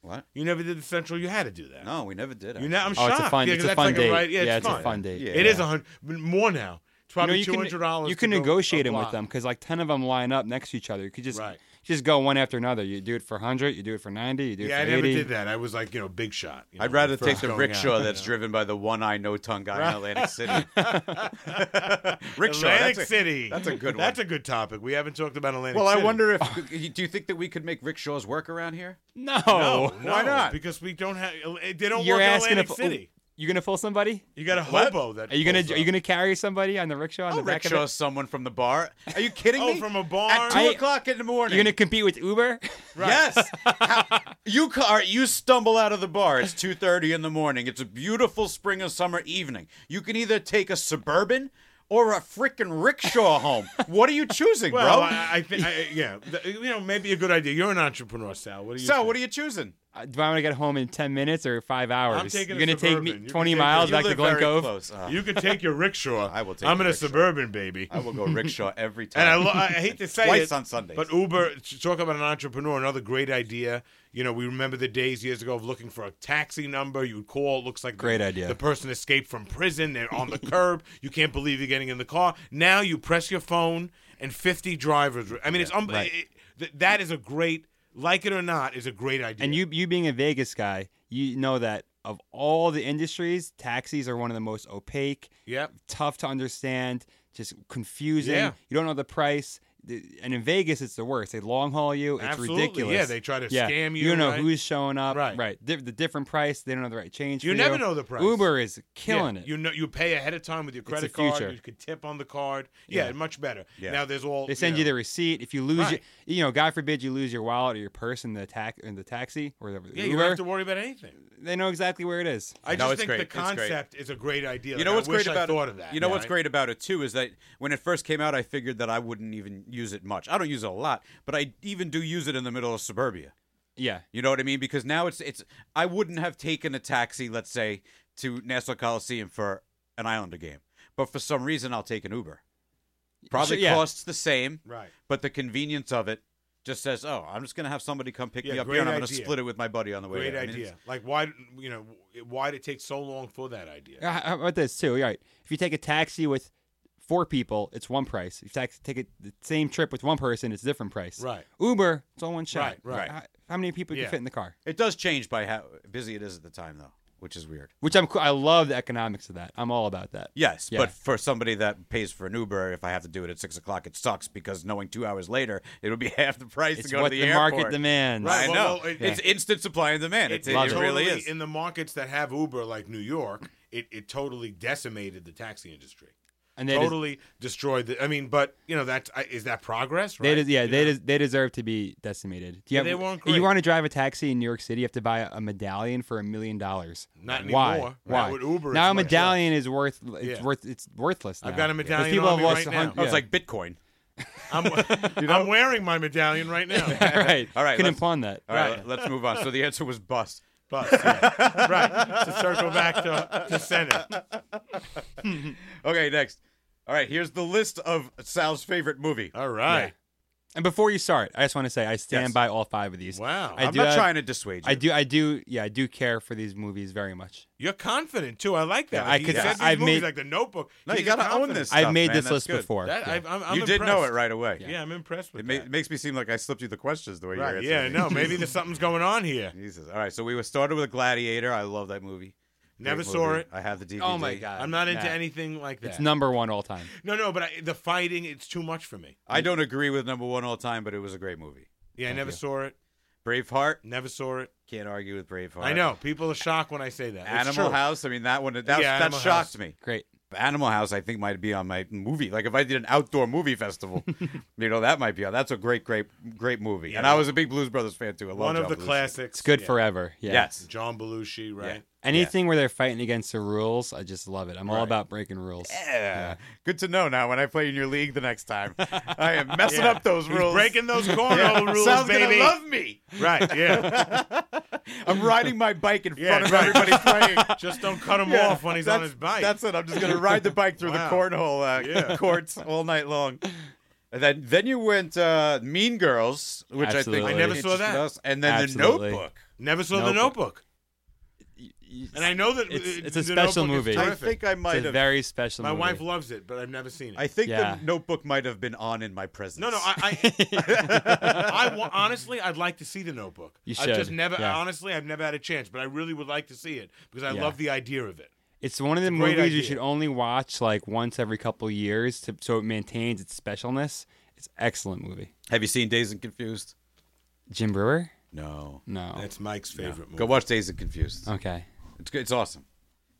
S2: what?
S3: You never did the Central. You had to do that.
S2: No, we never did.
S3: you know, I'm
S4: Oh,
S3: shocked.
S4: it's a fun.
S3: yeah,
S4: it's
S3: 'cause
S4: a
S3: that's
S4: fun
S3: like
S4: date.
S3: A ride, yeah,
S4: it's,
S3: it's,
S4: a
S3: fun.
S4: fun date.
S2: Yeah.
S3: It is a hundred more now. It's
S4: You know,
S3: probably
S4: you
S3: two hundred
S4: can
S3: dollars.
S4: you can negotiate them with them because like ten of them line up next to each other. You could just
S3: Right.
S4: just go one after another. You do it for hundred. You do it for ninety. You do it
S3: Yeah, I
S4: for
S3: never
S4: eighty.
S3: did that. I was like, you know, big shot. you
S2: I'd
S3: know,
S2: rather
S3: first
S2: take the
S3: going
S2: rickshaw
S3: out,
S2: that's
S3: you know.
S2: driven by the one eye, no tongue guy in Atlantic City. <laughs> rickshaw.
S3: Atlantic
S2: that's a-
S3: City.
S2: that's a good one.
S3: That's a good topic. We haven't talked about Atlantic.
S2: well, I
S3: City.
S2: wonder if. <laughs> Do you think that we could make rickshaws work around here?
S4: No.
S3: No, Oh, no,
S2: why not?
S3: Because we don't have. They don't
S4: Oh, <laughs> You're
S3: work in
S4: asking
S3: Atlantic
S4: if
S3: City.
S4: you gonna fill somebody.
S3: You got a
S2: What?
S3: hobo that.
S4: Are you gonna
S3: pulls
S4: are you
S3: up.
S4: gonna carry somebody on the rickshaw on
S2: I'll
S4: the back of
S2: Oh, rickshaw
S4: it?
S2: someone from the bar. Are you kidding
S3: Oh,
S2: me?
S3: from a
S2: At
S3: bar?
S2: two
S4: I-
S2: o'clock in the morning.
S4: You're gonna compete with Uber? <laughs>
S2: <laughs> Yes. How- you ca- all right, you stumble out of the bar. It's 2:30 in the morning. It's a beautiful spring and summer evening. You can either take a suburban or a freaking rickshaw home. What are you choosing,
S3: Well,
S2: bro?
S3: I, I think I, yeah, th- you know, maybe a good idea. You're an entrepreneur, Sal. What do you?
S2: so,
S3: think?
S2: what are you choosing?
S4: Uh, Do I want to get home in ten minutes or five hours?
S3: taking
S4: You're
S3: a
S4: gonna take
S3: Suburban. You
S4: me
S3: can
S4: twenty
S3: take a-
S4: miles
S2: You
S4: back to
S2: live
S4: Glen
S2: very
S4: Cove.
S2: close. Uh,
S3: You could take your rickshaw.
S2: I will take
S3: I'm
S2: the
S3: in a
S2: rickshaw.
S3: suburban, baby.
S2: I will go
S3: <laughs>
S2: rickshaw every time.
S3: And I, lo- I hate
S2: <laughs>
S3: to say
S2: Twice
S3: it,
S2: on Sundays.
S3: but Uber. to Talk about an entrepreneur. Another great idea. You know, we remember the days years ago of looking for a taxi number. You would call. It looks like
S4: Great
S3: the,
S4: idea.
S3: The person escaped from prison. They're on the <laughs> curb. You can't believe you're getting in the car. Now you press your phone, and 50 drivers. I mean, it's unbelievable.
S4: right.
S3: that is a great. Like it or not, is a great idea.
S4: And you you being a Vegas guy, you know that of all the industries, taxis are one of the most opaque,
S3: Yep.
S4: tough to understand, just confusing.
S3: Yeah.
S4: You don't know the price. The- And in Vegas, it's the worst. They long haul you. It's
S3: Absolutely.
S4: ridiculous.
S3: Yeah, they try to scam you,
S4: You don't know
S3: right?
S4: who's showing up.
S3: Right.
S4: Right. Di- the different price. They don't know the right change.
S3: You
S4: for
S3: never know the price.
S4: Uber is killing
S3: Yeah,
S4: it.
S3: You know, you pay ahead of time with your credit
S4: the
S3: card.
S4: future.
S3: You could tip on the card. Yeah,
S4: Yeah.
S3: much better.
S2: Yeah.
S3: Now there's all
S4: They send you
S3: know.
S4: the receipt. If you lose
S3: Right.
S4: your, you know, God forbid you lose your wallet or your purse in the tax in the taxi or the
S3: Yeah,
S4: Uber,
S3: you don't have to worry about anything.
S4: they know exactly where it is.
S3: I
S2: No,
S3: just
S2: it's
S3: think
S2: great.
S3: the
S2: It's great.
S3: concept is a great idea.
S2: You know
S3: Like,
S2: what's
S3: I wish
S2: great about
S3: I thought
S2: it?
S3: of that.
S2: You know what's
S3: right?
S2: great about it too is that when it first came out, I figured that I wouldn't even use it much. I don't use it a lot, but I even do use it in the middle of suburbia.
S4: Yeah.
S2: You know what I mean? Because now it's it's I wouldn't have taken a taxi, let's say, to Nassau Coliseum for an Islander game, but for some reason I'll take an Uber. Probably
S4: Sure, yeah.
S2: costs the same,
S3: Right.
S2: But the convenience of it just says, "Oh, I'm just gonna have somebody come pick
S3: Yeah,
S2: me up
S3: great
S2: here, and I'm gonna
S3: idea.
S2: split it with my buddy on the way."
S3: Great
S2: there." I mean,
S3: idea.
S2: it's-
S3: like why you know why did it take so long for that idea?
S4: Uh, How about this too? All right, if you take a taxi with four people, it's one price. If you tax, take it the same trip with one person, it's a different price.
S3: Right.
S4: Uber, it's all one shot.
S3: Right, right.
S4: How, how many people
S3: Yeah.
S4: can fit in the car?
S2: it does change by how busy it is at the time, though, which is weird.
S4: Which I'm, co- I love the economics of that. I'm all about that.
S2: Yes,
S4: Yeah.
S2: but for somebody that pays for an Uber, if I have to do it at six o'clock, it sucks because knowing two hours later it'll be <laughs> half the price
S4: It's
S2: to go
S4: what
S2: to
S4: the,
S2: the, airport.
S4: market demands.
S3: Right,
S2: I
S3: well,
S2: know.
S3: well, it-
S2: It's instant supply and demand. It's, it,
S4: Love it.
S2: really
S3: totally-
S2: is.
S3: in the markets that have Uber, like New York. It it totally decimated the taxi industry.
S4: And they des-
S3: Totally destroyed the. I mean, but you know that's I- is that progress?
S4: They
S3: Right?
S4: des- yeah,
S3: You
S4: they
S3: know?
S4: des- they deserve to be decimated. Do you
S3: Yeah, they weren't
S4: if
S3: great.
S4: You want to drive a taxi in New York City, you have to buy a medallion for a million dollars.
S3: Not
S4: Why?
S3: anymore.
S4: Why?
S3: Now with Uber,
S4: now
S3: it's
S4: a
S3: much
S4: medallion is worth it's
S3: Yeah.
S4: worth it's worthless.
S3: I've
S4: now.
S3: got a
S4: Because
S3: medallion
S4: people
S3: on
S4: have
S3: me
S4: lost
S3: right
S4: a hun-
S2: Oh,
S3: now.
S2: it's
S3: <laughs>
S4: yeah.
S2: like Bitcoin. <laughs>
S3: I'm, I'm wearing my medallion right now.
S4: <laughs> right.
S2: All right,
S4: Couldn't
S2: let's-
S4: pawn that.
S2: All right,
S3: Right.
S2: let's move on. So <laughs> the answer was bust.
S3: Bus, yeah. right. To circle back to, to Senate.
S2: Okay, next. All right, here's the list of Sal's favorite movie.
S3: All right.
S4: And before you start, I just want to say I stand
S2: Yes.
S4: by all five of these.
S3: Wow.
S4: I
S2: I'm
S4: do
S2: not
S4: have-
S2: trying to dissuade you.
S4: I do. I do. Yeah, I do care for these movies very much.
S3: You're confident too. I like that.
S4: Yeah,
S3: Like,
S4: I
S3: he
S4: could-
S3: said these
S4: I've
S3: movies
S4: made-
S3: like the Notebook.
S2: No,
S3: He's
S2: you gotta own
S3: confident.
S2: this.
S4: I've
S2: Stuff,
S4: made
S2: man,
S4: this
S2: that's
S4: list
S2: good.
S4: before.
S3: That,
S4: yeah.
S3: I, I'm, I'm
S2: you did know it
S3: impressed.
S2: right away.
S3: Yeah, I'm impressed with
S2: It, ma-
S3: that.
S2: it makes me seem like I slipped you the questions the way
S3: right.
S2: you're
S3: Yeah.
S2: answering. <laughs>
S3: No. Maybe there's something's going on here.
S2: Jesus. All right, so we started with Gladiator. I love that movie. Great
S3: Never saw
S2: movie.
S3: it.
S2: I have the DVD.
S4: oh my god!
S3: I'm not into
S4: Nah.
S3: anything like that.
S4: It's number one all time.
S3: no, no. But I, the fighting, it's too much for me.
S2: I don't agree with number one all time, but it was a great movie.
S3: Yeah. I never saw it.
S2: Braveheart.
S3: Never saw it.
S2: Can't argue with Braveheart.
S3: I know people are shocked when I say that. It's
S2: Animal
S3: true.
S2: House. I mean, that one. That,
S3: Yeah,
S2: that
S3: Animal
S2: shocked
S3: House.
S2: me.
S4: Great.
S2: Animal House, I think, might be on my movie. Like if I did an outdoor movie
S3: <laughs>
S2: festival, you know, that might be on. That's a great, great, great movie. And I was a big Blues Brothers fan too. I love
S3: One of
S2: John
S3: the
S2: Belushi.
S3: classics.
S4: It's good
S3: Yeah.
S4: forever. Yeah.
S2: Yes.
S3: John Belushi, right?
S4: Anything where they're fighting against the rules, I just love it. I'm all
S2: Right.
S4: about breaking rules.
S3: Eh,
S2: Yeah. Good to know now when I play in your league the next
S3: <laughs>
S2: time. I am messing
S3: Yeah.
S2: up those
S3: He's
S2: rules.
S3: breaking
S2: <laughs>
S3: those
S2: Yeah.
S3: cornhole rules,
S2: Sal's gonna
S3: baby.
S2: love me. <laughs>
S3: right, yeah. <laughs>
S2: I'm riding my bike in
S3: Yeah,
S2: front of
S3: right.
S2: everybody playing.
S3: Just don't cut
S2: <laughs>
S3: him
S2: Yeah,
S3: off when he's on
S2: that's-
S3: his bike.
S2: That's it. I'm just gonna ride the bike through
S3: <laughs> Wow.
S2: the cornhole uh, <laughs>
S3: Yeah.
S2: courts all night long. And then then you went uh, Mean Girls, which I
S4: Absolutely.
S2: think
S4: I never
S3: saw
S2: interested
S3: that.
S2: us, and then
S4: Absolutely.
S2: the Notebook.
S3: Never saw the
S4: Notebook.
S3: Notebook.
S4: Y- y-
S3: And I know that
S4: It's-
S3: uh,
S4: it's a
S3: The
S4: special
S3: Notebook is
S4: movie.
S2: I
S3: terrific.
S2: think I might
S4: it's a
S2: have.
S4: very special
S3: My
S4: movie.
S3: wife loves it, but I've never seen it.
S2: I think
S4: Yeah.
S2: the Notebook might have been on in my presence.
S3: no, no, I, I, I wa- honestly, I'd like to see the Notebook.
S4: You
S3: I've just
S4: should,
S3: never,
S4: yeah.
S3: honestly, I've never had a chance, but I really would like to see it because I
S4: Yeah.
S3: love the idea of it.
S4: It's one of the
S3: a great
S4: movies you
S3: idea.
S4: should only watch like once every couple years to, so it maintains its specialness. It's an excellent movie.
S2: have you seen Days and Confused?
S4: Jim Brewer?
S2: No.
S4: No. Oh.
S3: That's Mike's favorite
S2: Go
S3: movie.
S2: watch Days and Confused.
S4: okay.
S2: It's good. It's awesome.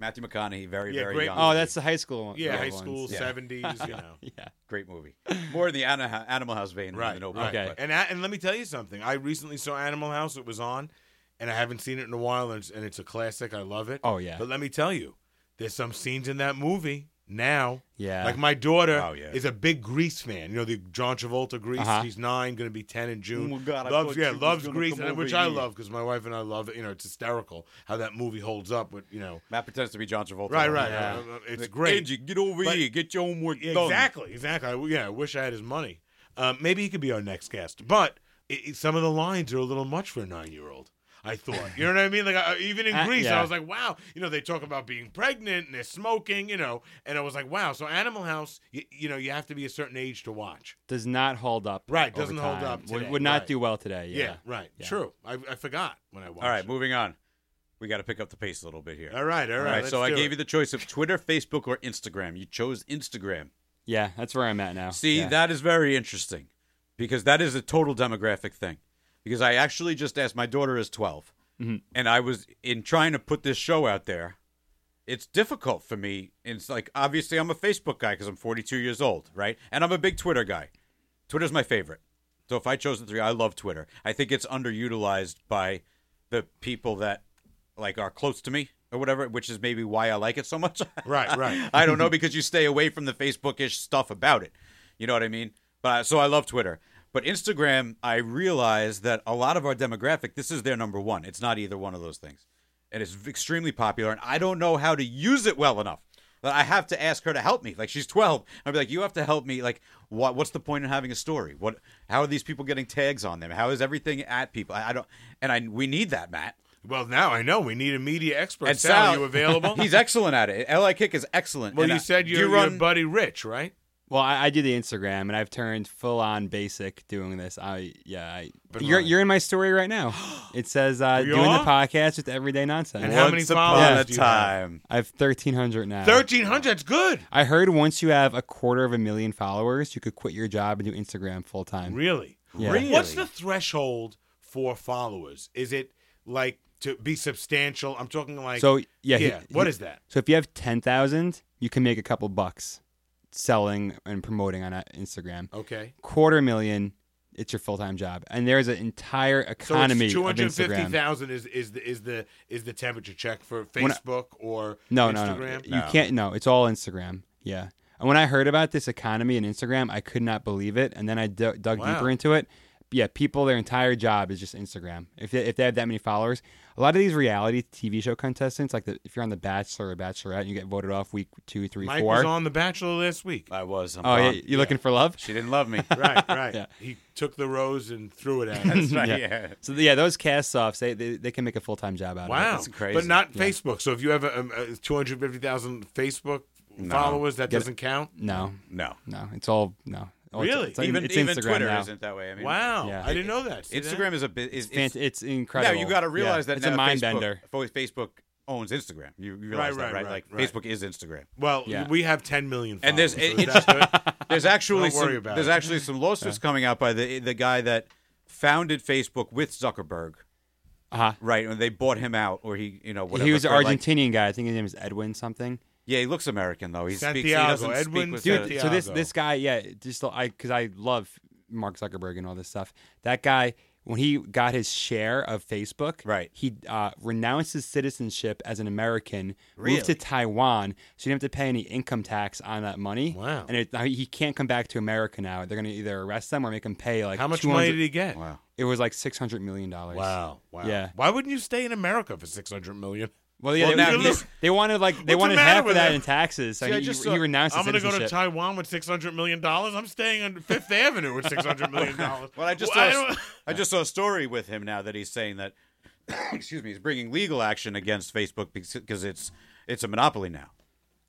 S2: Matthew McConaughey, very
S3: Yeah,
S2: very
S3: great
S2: young.
S4: Oh, that's the high school one.
S3: Yeah,
S4: the
S3: high
S4: old
S3: school,
S4: ones.
S2: yeah.
S3: 70s, you know.
S4: Yeah.
S2: great movie. More in the Ana- Animal House vein than the
S3: Right.
S2: Notebook.
S3: right.
S4: Okay.
S2: but-
S3: And I, and let me tell you something. I recently saw Animal House. It was on, and I haven't seen it in a while. And it's, and it's a classic. I love it.
S4: Oh, yeah.
S3: But let me tell you, there's some scenes in that movie now.
S4: Yeah.
S3: Like my daughter
S2: Oh, yeah.
S3: is a big Grease fan. You know the John Travolta Grease.
S4: Uh-huh.
S3: She's nine, going to be ten in June.
S2: Oh, my God, I
S3: loves
S2: thought
S3: yeah,
S2: you was
S3: loves
S2: gonna
S3: Grease,
S2: come
S3: and,
S2: over
S3: which I
S2: here.
S3: love because my wife and I love it. You know, it's hysterical how that movie holds up. With you know,
S2: Matt pretends to be John Travolta.
S3: right, right.
S4: Yeah.
S3: uh, uh, It's
S2: Like,
S3: great.
S2: Angie, get over
S3: But-
S2: here. Get your homework
S3: Yeah,
S2: done.
S3: Exactly, exactly. I, yeah, I wish I had his money. Uh, maybe he could be our next guest. But it, it- some of the lines are a little much for a nine-year-old. I thought, you know what I mean? Like I, even in
S4: Uh,
S3: Greece, I
S4: yeah.
S3: was like, wow. You know, they talk about being pregnant and they're smoking, you know, and I was like, wow. So Animal House, you, you know, you have to be a certain age to watch.
S4: Does not hold up.
S3: Right,
S4: over
S3: doesn't hold
S4: time.
S3: up today,
S4: Would, would not
S3: right.
S4: do well today. Yeah.
S3: Yeah, right.
S4: Yeah.
S3: True. I, I forgot when I watched.
S2: All right, moving on. We got to pick up the pace a little bit here.
S3: All right, all right.
S2: All right, so I gave you
S3: The-
S2: the choice of Twitter, Facebook, or Instagram. You chose Instagram.
S4: Yeah, that's where I'm at now.
S2: See,
S4: Yeah.
S2: that is very interesting because that is a total demographic thing. Because I actually just asked, my daughter is 12,
S4: Mm-hmm.
S2: and I was in trying to put this show out there. It's difficult for me. It's like, obviously, I'm a Facebook guy because I'm 42 years old, right? And I'm a big Twitter guy. Twitter's my favorite. So if I chose the three, I love Twitter. I think it's underutilized by the people that like are close to me or whatever, which is maybe why I like it so much. <laughs>
S3: Right, right.
S2: I don't know because you stay away from the Facebookish stuff about it. You know what I mean? But so I love Twitter. But Instagram, I realize that a lot of our demographic, this is their number one. It's not either one of those things. And it's extremely popular and I don't know how to use it well enough. But I have to ask her to help me. Like she's 12. I'd be like, "You have to help me. Like, what? What's the point in having a story? What? How are these people getting tags on them? How is everything at people? I, I don't. And I we need that, Matt.
S3: well, now I know we need a media expert.
S2: And
S3: Sal,
S2: Sal-
S3: you
S2: <laughs>
S3: available?
S2: He's excellent at it. Li Kick is excellent.
S3: well,
S2: And,
S3: you
S2: uh,
S3: said
S2: do
S3: you're,
S2: you run
S3: your buddy Rich, right?
S4: Well, I, I do the Instagram, and I've turned full on basic doing this. I yeah, I,
S3: Been
S4: you're
S3: running.
S4: you're in my story
S3: <gasps>
S4: right now. It says uh,
S3: You
S4: doing
S3: are?
S4: the podcast with everyday nonsense.
S3: And
S2: once
S3: how many followers
S2: upon a
S3: do you have?
S2: time.
S4: I have thirteen hundred
S2: Uh,
S4: now.
S3: Thirteen hundred's good.
S4: I heard once you have a quarter of a million followers, you could quit your job and do Instagram full time.
S3: Really?
S4: Yeah.
S2: Really?
S3: What's the threshold for followers? Is it like to be substantial? I'm talking like
S4: So yeah, he-
S3: yeah. what
S4: he-
S3: is that?
S4: So if you have ten thousand, you can make a couple bucks selling and promoting on uh, Instagram.
S3: Okay,
S4: Quarter million, it's your full time job, and there's an entire economy
S3: so
S4: of
S3: it's two hundred fifty
S4: Instagram.
S3: thousand is is the is the is the temperature check for
S4: When I-
S3: Facebook or
S4: No, no, no,
S3: Instagram.
S4: You can't. No, it's all Instagram. Yeah. And when I heard about this economy in Instagram, I could not believe it. And then I d- dug
S3: Wow.
S4: deeper into it. Yeah, people, their entire job is just Instagram. If they, if they have that many followers, a lot of these reality TV show contestants, like the, if you're on The Bachelor or Bachelorette, and you get voted off week two, three,
S3: Mike
S4: four.
S3: was on The Bachelor last week.
S2: I was. I'm
S4: oh, yeah,
S2: gone.
S4: you looking for love?
S2: She didn't love me.
S3: right, right.
S4: <laughs> Yeah.
S3: He took the rose and threw
S4: <laughs>
S3: it at us.
S2: That's <laughs> right.
S4: Yeah.
S2: <laughs> Yeah.
S4: So yeah, those cast offs, they, they they can make a full time job out
S3: Wow,
S4: of it.
S2: That's crazy.
S3: But not Facebook. So if you have a, a, a two hundred fifty thousand Facebook followers, that doesn't count.
S4: No,
S2: No.
S4: no, it's all no. Oh, it's-
S3: Really?
S4: It's, like-
S2: even
S4: it's
S2: even
S4: Instagram
S2: Twitter
S4: now.
S2: isn't that way. I mean,
S3: Wow,
S4: Yeah.
S3: I didn't know that. See that?
S2: Instagram is a bit. Is,
S4: Fan-
S2: it's,
S4: It's, incredible.
S2: Yeah, you got to
S4: Yeah,
S2: realize that
S4: it's a
S2: now
S4: mind
S2: Facebook,
S4: bender.
S2: fo- Facebook owns Instagram. You you realize
S3: Right,
S2: that,
S3: right,
S2: right?
S3: right,
S2: Like
S3: right.
S2: Facebook is
S3: <laughs>
S2: Instagram.
S3: Well,
S4: Yeah.
S3: we have 10 million followers.
S2: And there's-
S3: so
S2: it-
S3: is
S2: <laughs>
S3: that good?
S2: There's actually
S3: Don't worry
S2: some,
S3: about
S2: there's
S3: it.
S2: actually some lawsuits coming out by the the guy that founded Facebook with Zuckerberg.
S4: Uh-huh.
S2: Right, and they bought him out, or he, you know, whatever.
S4: He was an
S2: for, like-
S4: Argentinian guy. I think his name is Edwin something.
S2: Yeah, he looks American though. He speaks. He
S3: Santiago,
S2: doesn't
S3: Edwin
S2: speak with
S3: Santiago.
S2: a-
S4: dude. So this this guy, yeah, just I because I love Mark Zuckerberg and all this stuff. That guy, when he got his share of Facebook,
S2: Right.
S4: he uh, renounced his citizenship as an American, moved
S2: Really?
S4: to Taiwan, so he didn't have to pay any income tax on that money.
S3: Wow.
S4: And it, now he can't come back to America now. They're gonna either arrest them or make him pay like
S3: How much
S4: 200
S3: money did he get?
S2: Wow.
S4: It was like six hundred million dollars.
S3: Wow. Wow.
S4: Yeah.
S3: Why wouldn't you stay in America for six hundred million?
S4: Well, yeah,
S2: Well,
S4: they,
S2: now
S4: they-
S2: look-
S4: they wanted like they
S3: What's the
S4: wanted
S3: matter
S4: half of
S3: with
S4: that
S3: that?
S4: in taxes. So
S2: See, I
S4: he,
S2: just
S4: he
S2: saw-
S4: renounced
S3: I'm
S4: his
S3: gonna go to
S4: citizenship.
S3: Taiwan with six hundred million dollars. I'm staying on Fifth Avenue with six
S2: <laughs>
S3: hundred million dollars.
S2: Well, I just
S3: Well,
S2: saw, a-
S3: don't-
S2: I just saw a story with him now that he's saying that. <coughs> excuse me, he's bringing legal action against Facebook because it's it's a monopoly now.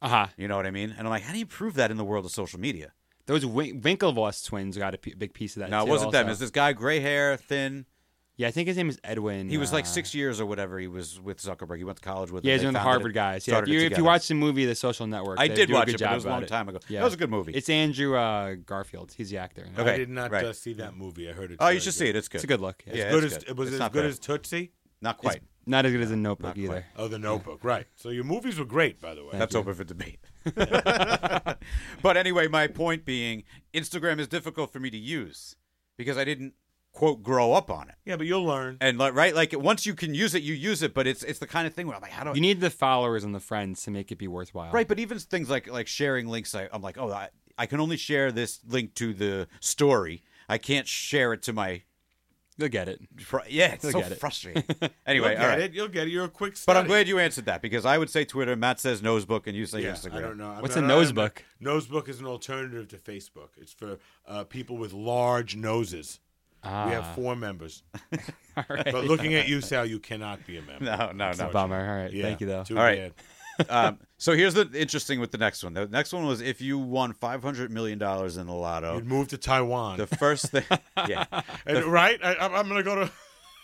S4: uh-huh.
S2: You know what I mean? And I'm like, how do you prove that in the world of social media?
S4: Those Win- Winklevoss twins got a p- big piece of that.
S2: No, it
S4: too
S2: wasn't them.
S4: also.
S2: Is this guy gray hair, thin?
S4: Yeah, I think his name is Edwin.
S2: He was like
S4: uh,
S2: six years or whatever. He was with Zuckerberg. He went to college with.
S4: Yeah,
S2: him.
S4: he's
S2: They
S4: one of the
S2: founded
S4: Harvard
S2: it,
S4: guys. Yeah, if
S2: started it
S4: you, if you
S2: together.
S4: watch the movie The Social Network,
S2: I
S4: they
S2: did
S4: do a
S2: watch
S4: good
S2: it, but it
S4: job
S2: was a
S4: about
S2: long time ago.
S4: Yeah.
S2: That was a good movie.
S4: It's Andrew uh, Garfield. He's the actor. in it.
S2: Okay.
S3: I did not
S2: right.
S3: uh, see that movie. I heard it.
S2: Oh, you should see it. It's good.
S4: it's a good look. Yeah.
S2: Yeah.
S3: Good
S2: it's
S3: as,
S2: good.
S3: Was
S2: It's
S3: it as
S2: not
S3: good
S2: bad.
S3: as Tootsie?
S2: Not
S4: It's
S2: quite.
S4: not as good as a Notebook
S2: quite.
S4: either.
S3: Oh, The Notebook. Right. So your movies were great, by the way.
S2: That's open for debate. <laughs> but anyway, my point being, Instagram is difficult for me to use because I didn't quote grow up on it.
S3: yeah, but you'll learn.
S2: And like, right, like once you can use it, you use it. But it's it's the kind of thing where I'm like, how do I?
S4: You need the followers and the friends to make it be worthwhile.
S2: right, but even things like like sharing links, I, I'm like, oh, I, I can only share this link to the story. I can't share it to my.
S4: You'll get it.
S2: fr- Yeah, it's
S4: You'll
S2: so
S4: get it.
S3: <laughs>
S2: frustrating. anyway, all
S3: You'll get
S2: right.
S3: it. You'll get it. You're a quick.
S2: But
S3: Study.
S2: I'm glad you answered that because I would say Twitter. Matt says Nosebook, and you say
S3: Yeah,
S2: Instagram.
S3: I don't know. I
S4: What's
S3: mean,
S4: a
S3: I don't-
S4: nose book?
S3: Nose book is an alternative to Facebook. It's for uh, people with large noses. We
S4: Ah.
S3: have four
S4: <laughs>
S3: members.
S4: All right.
S3: But looking at you, Sal, you cannot be a member.
S2: No, no, no.
S4: Bummer. All right.
S3: Yeah,
S4: Thank you though.
S3: Too
S2: All right.
S3: bad.
S2: um, so here's the interesting with the next one. The next one was if you won five hundred million dollars in the lotto,
S3: You'd move to Taiwan.
S2: the first
S3: <laughs>
S2: thing, yeah,
S3: And- right? I, I'm going to go to.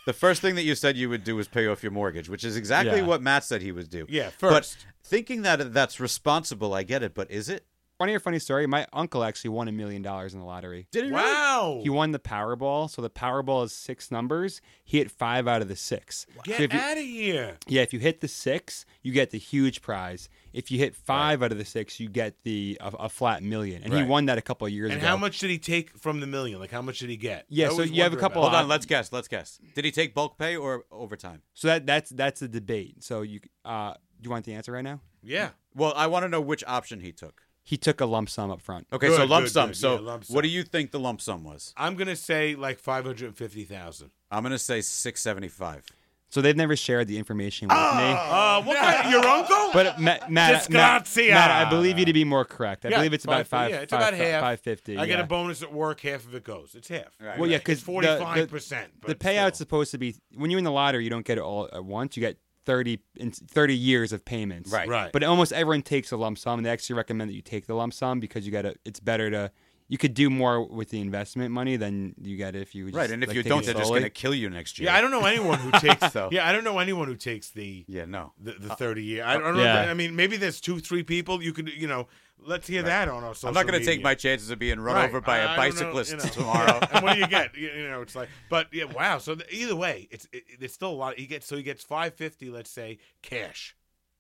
S2: the first thing that you said you would do was pay off your mortgage, which is exactly
S4: Yeah.
S2: what Matt said he would do.
S3: Yeah, first.
S2: But thinking that that's responsible, I get it, but is it?
S4: Funny or funny story? My uncle actually won a million dollars in the lottery.
S2: Did he really?
S3: Wow.
S4: He won the Powerball, so the Powerball is six numbers. He hit five out of the six. So
S3: Get
S4: if you-
S3: out of here.
S4: Yeah, if you hit the six, you get the huge prize. If you hit five out of the six, you get the a, a flat million. And
S2: Right.
S4: he won that a couple of years
S3: And
S4: ago.
S3: how much did he take from the million? Like, how much did he get?
S4: Yeah,
S3: I
S4: so
S3: always
S4: you have a
S3: wonder
S4: couple
S3: about
S2: Hold
S4: Well,
S2: on,
S4: I-
S2: let's guess. Let's guess. Did he take bulk pay or overtime?
S4: So that that's that's a debate. So you uh, do you want the answer right now?
S3: that. Yeah.
S2: Well, I want to know which option he took.
S4: He took a lump sum up front.
S2: Okay,
S3: Good,
S2: so lump
S3: good,
S2: sum.
S3: good.
S2: So
S3: Yeah, lump
S2: what do
S3: sum.
S2: you think the lump sum was?
S3: I'm going to say like 550,000.
S2: I'm gonna say six seventy five.
S4: So they've never shared the information with me.
S3: Uh, what kind your uncle?
S4: But uh, Matt, Matt, Matt,
S3: Disgrazia.
S4: Matt, I believe you to be more correct. I
S3: Yeah,
S4: believe it's
S3: five-
S4: about five,
S3: yeah, it's about
S4: five-
S3: half.
S4: five fifty.
S3: I get a
S4: yeah.
S3: bonus at work, half of it goes. It's half.
S2: Right.
S4: Well, yeah,
S3: It's
S4: because
S3: 45%. but
S4: the payout's
S3: still.
S4: supposed to be when you're in the lottery, you don't get it all at once. You get 30, in 30 years of payments.
S2: Right.
S3: Right.
S4: But almost everyone takes a lump sum. They actually recommend that you take the lump sum because you got to. It's better to. You could do more with the investment money than you get if you just,
S2: Right, and if
S4: like,
S2: you
S4: take it
S2: don't, they're just
S4: slowly.
S2: gonna kill you next year.
S3: yeah, I don't know anyone
S4: <laughs>
S3: who takes
S2: So-
S3: Yeah, I don't know anyone who takes the
S2: Yeah, no.
S3: the, the 30 year. I don't know.
S4: Uh, yeah.
S3: I mean, maybe there's two, three people you could, you know, let's hear that on our social
S2: I'm not going to take
S3: media.
S2: my chances of being run
S3: Right.
S2: over by a
S3: I- I don't know,
S2: bicyclist <laughs>
S3: <laughs> you know.
S2: tomorrow.
S3: and what do you get? You, you know, it's like, but yeah, wow. So the, either way, it's it, it's still a lot. He gets so he gets five fifty, let's say, cash.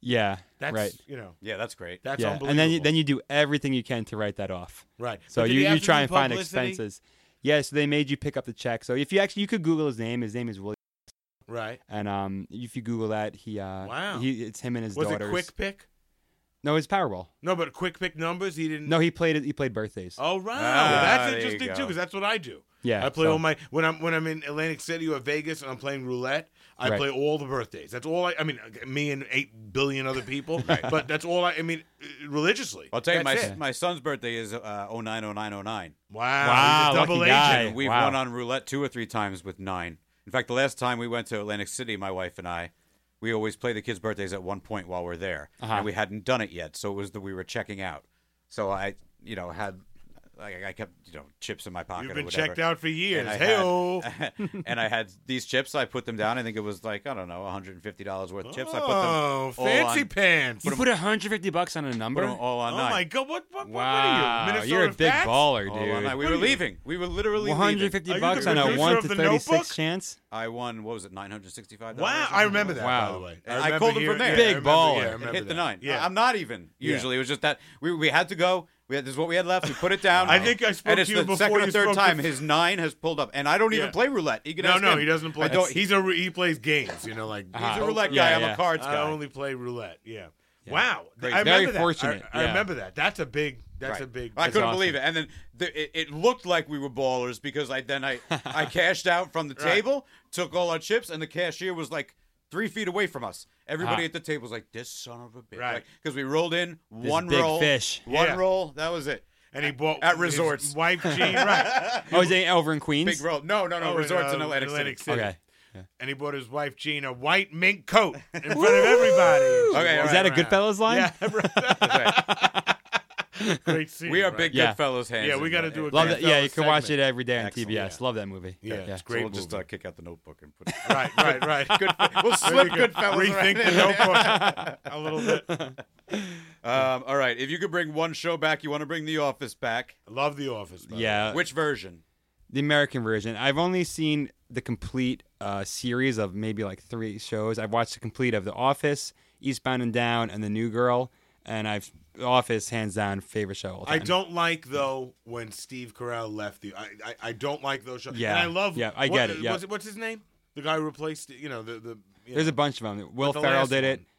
S4: Yeah.
S3: That's
S4: right.
S3: you know,
S2: yeah, that's great.
S3: that's
S4: yeah.
S3: unbelievable.
S4: And then you, then you do everything you can to write that off.
S3: right.
S4: So
S3: But did
S4: you,
S3: he have
S4: you
S3: to
S4: try
S3: do
S4: and find
S3: publicity?
S4: expenses. Yeah. So they made you pick up the check. So if you actually you could Google his name. His name is William.
S3: Right.
S4: And um, if you Google that, he uh,
S3: Wow.
S4: he it's him and his
S3: Was
S4: daughters.
S3: it quick pick?
S4: No, it's Powerball.
S3: No, but quick pick numbers. He didn't.
S4: No, he played it. He played birthdays.
S3: Oh
S2: Ah,
S3: right,
S2: there
S3: that's
S2: you
S3: interesting
S2: go.
S3: too, because that's what I do.
S4: Yeah,
S3: I play
S4: so-
S3: all my when I'm when I'm in Atlantic City or Vegas and I'm playing roulette. I
S4: Right.
S3: play all the birthdays. That's all I. I mean, uh, me and eight billion other people. But that's all I. I mean, uh, religiously.
S2: I'll tell you, my,
S3: That's
S2: s-
S3: it.
S2: my son's birthday is uh, 090909.
S3: wow, he's a
S4: Wow,
S3: double
S4: lucky
S3: agent.
S4: guy. Hey,
S2: And we've
S4: wow.
S2: won on roulette two or three times with nine. In fact, the last time we went to Atlantic City, my wife and I, we always play the kids' birthdays at one point while we're there.
S4: Uh-huh.
S2: And we hadn't done it yet. So it was that we were checking out. So I, you know, had like I kept you know chips in my pocket.
S3: You've
S2: or
S3: been
S2: whatever.
S3: checked out for years.
S2: And I
S3: Hey, oh.
S2: had, <laughs> and I had these chips. I put them down. I think it was like I don't know, 150 dollars worth of chips. I put them all
S3: Oh, fancy
S2: on-
S3: pants.
S4: You put 150 bucks on a number?
S2: put them all
S3: oh
S2: on night.
S3: my God! What? What, what
S4: wow.
S3: are you? Minnesota
S4: are a big
S3: Fats?
S4: baller,
S2: All on night.
S4: dude.
S2: Oh, We were leaving. We were literally leaving.
S4: 150
S3: Are you
S4: bucks
S3: the
S4: on a
S3: producer
S4: 1
S3: of
S4: to
S3: The
S4: 36
S3: Notebook? <laughs>
S4: chance?
S2: I won. What was it? 965.
S3: Wow, I remember that.
S4: Wow.
S3: By the way,
S2: And I called him from there.
S3: I
S4: Big
S3: remember- yeah, I
S4: baller. It
S2: It
S3: remember
S2: hit the
S3: that.
S2: nine.
S3: Yeah.
S2: I- I'm not even usually. It was just that we, we had to go. We had, this is what we had left. We put it down.
S3: <laughs> I think I spoke
S2: and it's
S3: to you
S2: the
S3: before
S2: second or
S3: you
S2: third
S3: spoke to-
S2: time his nine has pulled up, and I don't even
S3: Yeah.
S2: play roulette. You can
S3: no,
S2: ask
S3: no,
S2: him.
S3: he doesn't play.
S2: I don't-
S3: he's a re- he plays games. You know, like
S2: He's
S4: Uh-huh.
S2: a roulette guy.
S4: Yeah,
S2: I'm a
S4: yeah.
S2: cards
S3: Ah, I
S2: guy.
S3: only play roulette. Yeah. Wow.
S2: Great.
S3: I
S4: Very
S3: remember that.
S4: fortunate,
S3: I, I
S4: yeah.
S3: remember that. That's a big. That's
S2: Right.
S3: a big.
S2: I couldn't
S4: awesome.
S2: believe it, and then the, it, it looked like we were ballers because I then I
S4: <laughs>
S2: I cashed out from the
S3: Right.
S2: table, took all our chips, and the cashier was like three feet away from us. Everybody
S4: Ah.
S2: at the table was like, "This son of a bitch,"
S3: Right.
S2: Because we rolled in one
S4: big
S2: roll,
S4: fish.
S2: one
S3: Yeah.
S2: roll. That was it.
S3: and he bought
S2: at
S3: his
S2: resorts.
S3: Wife Jean, right?
S4: Oh, is it over in Queens?
S2: Big roll. No, no, no.
S3: Oh, in,
S2: resorts in
S3: uh,
S2: Atlantic,
S3: Atlantic
S2: City.
S3: City.
S4: Okay.
S3: And he bought his wife Jean a white mink coat in front of everybody. and she
S2: Okay,
S3: walked
S2: all
S4: Is that a
S3: around.
S4: Goodfellas line?
S3: Yeah, right.
S2: That's right.
S4: <laughs>
S3: <laughs> great scene.
S2: We are
S3: right?
S2: big
S4: Yeah.
S2: Goodfellas hands.
S3: Yeah, we
S2: in
S3: gotta
S2: that.
S3: do a
S4: Love that. Yeah,
S3: Goodfellas
S4: you can watch it
S3: segment.
S4: every day on
S2: Excellent.
S4: TBs. Love that movie.
S3: Yeah, it's
S2: So
S3: great.
S2: we'll just
S3: movie.
S2: uh, kick out the notebook and put it.
S3: Right, right, right.
S2: Goodf- we'll slip Goodfellas right
S3: Rethink
S2: in.
S3: the notebook a little bit.
S2: <laughs> Um, all right, if you could bring one show back, you want to bring The Office back.
S3: Love The Office. by the
S4: Yeah.
S2: Which version?
S4: the American version. I've only seen the complete uh, series of maybe like three shows. I've watched the complete of The Office, Eastbound and Down, and The New Girl, and I've The Office hands down favorite show. of All
S3: I
S4: time.
S3: don't like though when Steve Carell left the. I I, I don't like those shows.
S4: Yeah,
S3: and I love.
S4: yeah, I
S3: what-
S4: get it, yeah.
S3: What's, what's his name? The guy who replaced you know the the. You
S4: There's
S3: know,
S4: a bunch of them. Will
S3: the
S4: Ferrell
S3: last
S4: did it.
S3: one.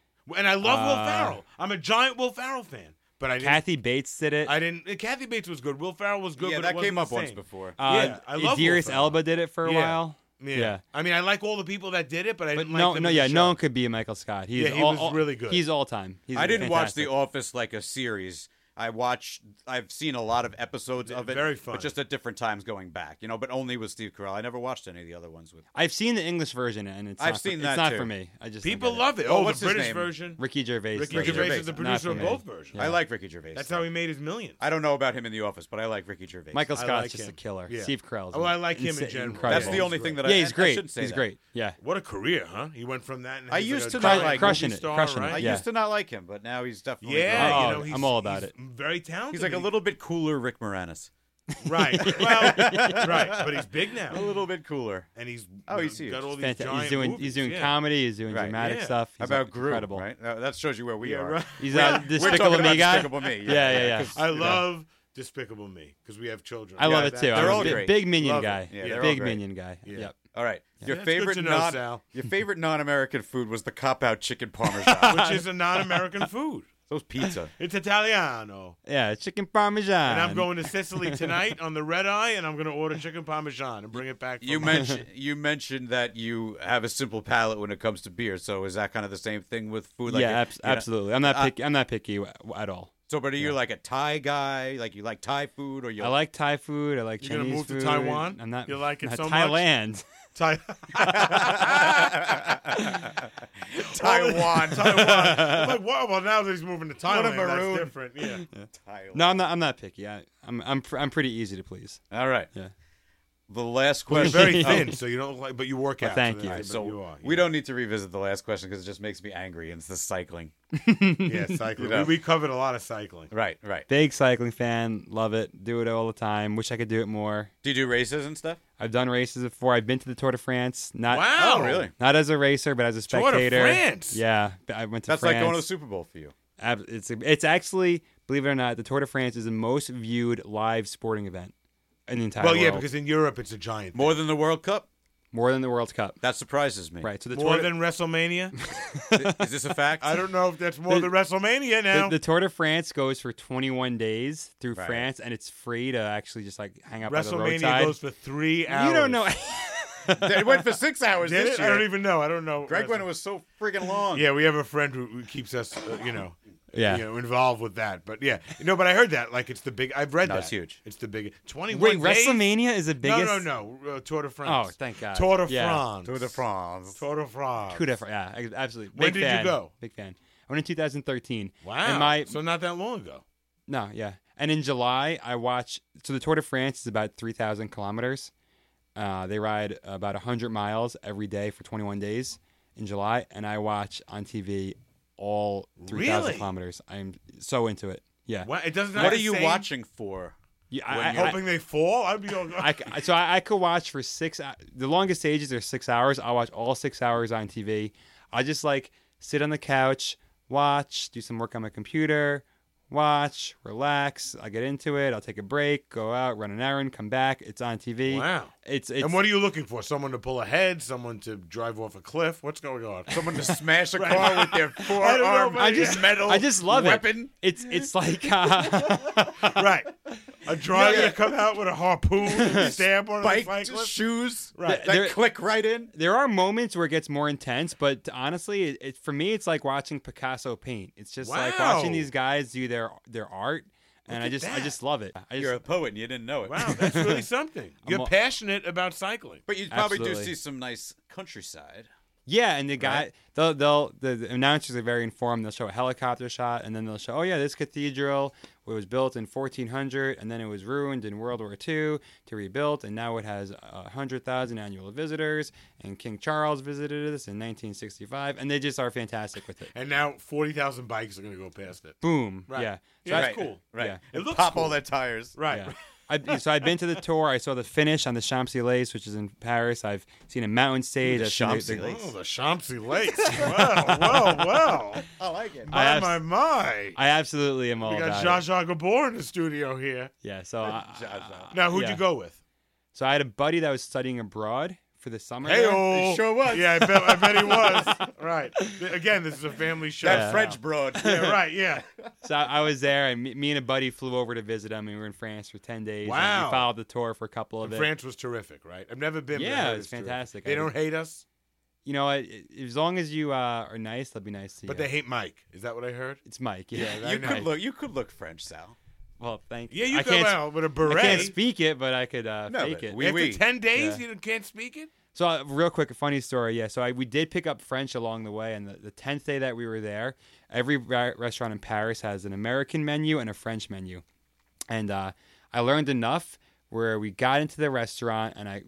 S3: and I love Will
S4: Uh,
S3: Farrell. I'm a giant Will Ferrell fan, but I didn't.
S4: Kathy Bates did it.
S3: I didn't. eh, Kathy Bates was good. Will Ferrell was good.
S2: yeah,
S3: but it
S2: that
S3: wasn't
S2: came
S3: the
S2: up once
S3: same.
S2: before.
S4: uh,
S3: yeah, I love Will
S4: Idris
S3: Ferrell.
S4: Elba did it for a
S3: Yeah.
S4: while.
S3: Yeah.
S4: Yeah.
S3: I mean, I like all the people that did it, but I
S4: But
S3: didn't
S4: no,
S3: like them
S4: no,
S3: in
S4: yeah,
S3: the
S4: no
S3: show.
S4: one could be a Michael Scott. He's
S3: Yeah, he
S4: all,
S3: was
S4: all-
S3: really good.
S4: He's all time. He's
S2: I didn't watch The
S4: fantastic.
S2: Office like a series. I watched. I've seen a lot of episodes of it.
S3: Very fun.
S2: but just at different times going back. You know, but only with Steve Carell. I never watched any of the other ones with.
S4: I've seen the English version, and it's
S2: I've
S4: not
S2: seen
S4: for,
S2: that
S4: It's not
S2: too.
S4: for me. I just don't
S3: People
S4: get it.
S3: love it.
S2: Oh,
S3: Oh,
S2: what's
S3: the
S2: his
S3: British
S2: name?
S3: version.
S4: Ricky Gervais.
S3: Ricky
S4: does it.
S2: Gervais
S3: Gervais is the
S4: Not
S3: producer
S4: for
S3: of
S4: me.
S3: both versions.
S2: I like Ricky Gervais.
S3: That's how he made his millions.
S2: I don't know about him in The Office, but I like Ricky Gervais.
S4: Michael
S3: I
S4: Scott's
S3: like
S4: just a
S3: him.
S4: killer.
S3: Yeah.
S4: Steve Carell's.
S3: Oh, I like him in
S4: insa-
S3: general.
S4: incredible.
S2: That's
S3: Yeah,
S2: the
S3: he's
S2: only thing
S3: great.
S2: that I.
S4: yeah,
S2: I-
S4: he's
S2: I
S4: great.
S2: shouldn't say
S4: he's
S2: that.
S4: great. Yeah.
S3: What a career, huh? He went from that. And
S2: I
S3: he's
S2: used
S3: like
S2: to
S3: a
S2: not
S3: giant
S2: like-
S4: Crushing
S3: movie
S4: it,
S3: star,
S4: crushing it,
S2: I
S3: right?
S4: yeah.
S2: used to not like him, but now he's definitely.
S3: Yeah,
S4: Oh,
S3: you know, he's,
S4: I'm all about
S3: he's
S4: it.
S3: Very talented.
S2: He's like a
S3: and
S2: little bit cooler Rick Moranis.
S3: <laughs> right,
S4: <laughs>
S3: well, right, but he's big
S2: A
S3: now,
S2: little bit cooler.
S3: and he's
S2: Oh, he's huge.
S3: got all these
S4: Fantastic.
S3: giant
S4: He's doing
S3: movies.
S4: he's doing
S3: yeah.
S4: comedy. He's doing
S2: Right.
S4: dramatic
S3: Yeah.
S4: stuff. He's
S2: about Gru,
S4: incredible.
S2: right? Uh, That shows you where we
S3: Yeah,
S2: are.
S3: right.
S4: He's uh,
S2: We're
S4: despicable
S2: talking
S4: me
S2: about
S4: guy.
S2: Despicable Me.
S4: Yeah, yeah, yeah.
S2: 'cause,
S3: I
S2: you know,
S3: love Despicable Me because we have children.
S4: I love
S3: Yeah,
S4: it
S3: that-
S4: too.
S2: they're
S4: I'm a
S2: all
S4: bi-
S2: great.
S4: Big minion
S3: Love it.
S4: guy.
S2: Yeah, they're all
S4: Big
S2: great.
S4: minion guy.
S3: Yeah.
S4: Yep.
S2: All right. Your
S3: That's good
S2: favorite
S3: to know,
S2: non
S3: Sal.
S2: your favorite non-American food was the cop out
S3: <laughs>
S2: chicken parmesan.
S3: Which
S4: <laughs>
S3: is a non-American food.
S2: Those pizza.
S3: It's Italiano,
S4: Yeah, chicken parmesan.
S3: and I'm going to Sicily tonight on the red eye, and I'm going to order chicken parmesan and bring it back.
S2: You
S4: <laughs>
S3: from-
S2: mentioned you mentioned that you have a simple palate when it comes to beer. So is that kind of the same thing with food?
S4: yeah,
S2: you're-
S4: abs-
S2: you're not-
S4: absolutely. I'm not
S2: I-
S4: picky. I'm not picky w- at all.
S2: So, but are you like a Thai guy? Like you like Thai food, or you?
S4: I like Thai food. I like
S3: You're gonna
S4: Chinese
S3: move to
S4: food.
S3: Taiwan?
S4: I'm not.
S3: You like it
S4: not
S3: so much?
S4: Thailand. <laughs>
S3: Thai- <laughs>
S2: Taiwan.
S3: <laughs> Taiwan. I'm like, wow, well, now that he's moving to
S2: What a
S3: Thailand, that's
S2: maroon.
S3: different. Yeah.
S2: <laughs> Taiwan.
S4: No, I'm not. I'm not picky. I, I'm. I'm. Pr- I'm pretty easy to please.
S2: All right.
S4: Yeah.
S2: The last
S3: You're
S2: question. <laughs>
S4: <laughs>
S3: very
S2: Oh,
S3: thin, so you don't look like, but you work
S4: Well,
S3: out.
S4: thank you.
S3: that's- but
S2: So
S3: are,
S2: we
S3: yeah.
S2: don't need to revisit the last question because it just makes me angry. And it's the cycling.
S3: Yeah, cycling.
S2: know.
S3: we, we covered a lot of cycling.
S2: Right, right.
S4: Big cycling fan. Love it. Do it all the time. Wish I could do it more.
S2: Do you do races and stuff?
S4: I've done races before. I've been to the Tour de France. Not
S3: Wow.
S2: Oh, really?
S4: Not as a racer, but as a
S3: Tour de
S4: spectator.
S3: France?
S4: Yeah, but I went to
S2: That's
S4: France.
S2: like going to the Super Bowl for you.
S4: Ab- It's it's actually believe it or not, the Tour de France is the most viewed live sporting event in the entire
S3: Well,
S4: world.
S3: yeah, because in Europe it's a giant. thing.
S2: More than the World Cup?
S4: more than the World Cup.
S2: That surprises me.
S4: Right. So the
S3: More
S4: Tour
S3: than WrestleMania?
S2: Is this a fact?
S3: <laughs> I don't know if that's more than WrestleMania
S4: the,
S3: now.
S4: the Tour de France goes for 21 days through
S2: Right.
S4: France, and it's free to actually just like hang out by the
S3: WrestleMania
S4: roadside.
S3: goes for three hours.
S4: you don't <laughs> know.
S2: it went for six hours
S3: Did
S2: this
S3: it?
S2: year.
S3: I don't even know. I don't know.
S2: Greg went.
S3: Wrestle-
S2: It was so freaking long.
S3: Yeah, we have a friend who, who keeps us, uh, you know,
S4: Yeah.
S3: you know, involved with that. But yeah, no, but I heard that. Like it's the big. I've read
S2: No,
S3: that.
S2: it's huge.
S3: It's the big. Twenty-one.
S4: Wait,
S3: days?
S4: WrestleMania is the biggest.
S3: No, no, no. Uh, Tour de France.
S4: Oh, thank God.
S3: Tour de
S4: Yeah.
S3: France.
S2: Tour de France.
S3: Tour de France.
S4: Coup de fr- yeah, ex- absolutely.
S3: When
S4: Big
S3: did you
S4: fan.
S3: go?
S4: Big fan. I went in 2013.
S3: Wow.
S4: And my
S3: so not that long ago.
S4: no, yeah. And in July, I watch. So the Tour de France is about 3,000 kilometers. Uh, they ride about 100 miles every day for 21 days in July. And I watch on TV all 3,000
S3: Really?
S4: kilometers. I'm so into you. Yeah.
S3: What it doesn't.
S2: What are you watching for?
S4: Yeah, I-
S2: When
S4: I-
S2: you're-
S4: I-
S3: <laughs> Hoping they fall. I'd be all.
S4: I, c- so I, I could watch for six. hou- The longest stages are six hours. I watch all six hours on TV. I just like sit on the couch, watch, do some work on my computer, watch, relax. I get into it. I'll take a break, go out, run an errand, come back. It's on TV.
S3: Wow.
S4: It's it's
S3: <laughs> and what are you looking for? Someone to pull ahead, someone to drive off a cliff. What's going on? Someone to <laughs>
S2: Smash a <laughs> car with their forearm.
S3: but I
S4: just-
S2: metal.
S4: I just love
S2: weapon.
S4: it. It's it's like uh, <laughs>
S3: right. A driver to come out with
S2: <laughs>
S3: a harpoon and stab one
S2: Bike,
S3: of the cyclists.
S2: shoes. Right. That
S4: There-
S2: click right in.
S4: there are moments where it gets more intense, but honestly, it, it for me it's like watching Picasso paint. It's just like watching
S3: Wow.
S4: these guys do their their art, and I
S3: at
S4: just I
S3: that.
S4: just love it. I just,
S2: You're a poet and you didn't know it.
S3: Wow, that's really something. You're
S4: all-
S3: passionate about cycling.
S2: <laughs> But you probably
S4: Absolutely.
S2: do see some nice countryside.
S4: Yeah, and the guy, they'll, they'll the, the announcers are very informed. They'll show a helicopter shot, and then they'll show, oh yeah, this cathedral was built in 1400, and then it was ruined in World War II to rebuilt, and now it has a hundred thousand annual visitors. And King Charles visited us in 1965, and they just are fantastic with it.
S3: And now 40,000 bikes are going to go past it.
S4: Boom.
S3: Right.
S4: Yeah. So
S3: Yeah,
S4: I-
S3: That's cool.
S2: Right.
S4: Yeah.
S3: It looks
S2: Pop all
S3: cool.
S2: their tires.
S3: Right.
S4: Yeah. I, so I've been to the tour. I saw the finish on the Champs Elysees, which is in Paris. I've seen a mountain stage.
S2: The
S4: I've seen the-
S2: Champs
S4: the-
S2: Elysees.
S3: Oh, the Champs <laughs> Lakes. wow, wow, wow.
S1: I like
S2: Ah.
S1: it.
S4: <laughs> I
S3: My,
S4: abs-
S3: my, my.
S4: I absolutely am all
S3: We got
S4: about
S3: Zsa Zsa
S4: it.
S3: Gabor in the studio here.
S4: Yeah. So I,
S3: Now, who'd
S4: yeah.
S3: you go with?
S4: So I had a buddy that was studying abroad for the summer.
S3: Hey,
S4: there.
S3: oh.
S2: He sure was.
S3: Yeah, I bet, I
S4: <laughs>
S3: bet he was. right. Again, this is a family show.
S2: That
S4: Yeah.
S2: French <laughs> broad.
S3: Yeah, right,
S4: <laughs>
S3: yeah.
S4: So I I was there, and me, me and a buddy flew over to visit him. and We were in France for ten days. and
S3: Wow.
S4: we followed the tour for a couple of it.
S3: France was terrific, right? I've never been. but I
S4: Yeah,
S3: heard
S4: it was
S3: terrific.
S4: fantastic.
S3: They
S4: I-
S3: don't hate us,
S4: You know, I, I- as long as you uh, are nice, they'll be nice to you.
S3: but they hate Mike. Is that what I heard?
S4: it's Mike. Yeah, <laughs>
S3: I
S2: You
S4: Mike.
S3: know.
S2: could look. You could look French, Sal.
S4: Well, thank
S3: Yeah, you
S4: I
S3: come
S4: can't,
S3: out with a
S4: I
S3: beret.
S4: can't speak it, but I could uh,
S2: No,
S4: fake
S2: but
S4: it.
S2: we-
S3: After ten days,
S4: Yeah.
S3: you can't speak it.
S4: So, uh, real quick, a funny story. Yeah, so I, we did pick up French along the way, and the, the tenth day that we were there, every re- restaurant in Paris has an American menu and a French menu, and uh, I learned enough where we got into the restaurant, and I,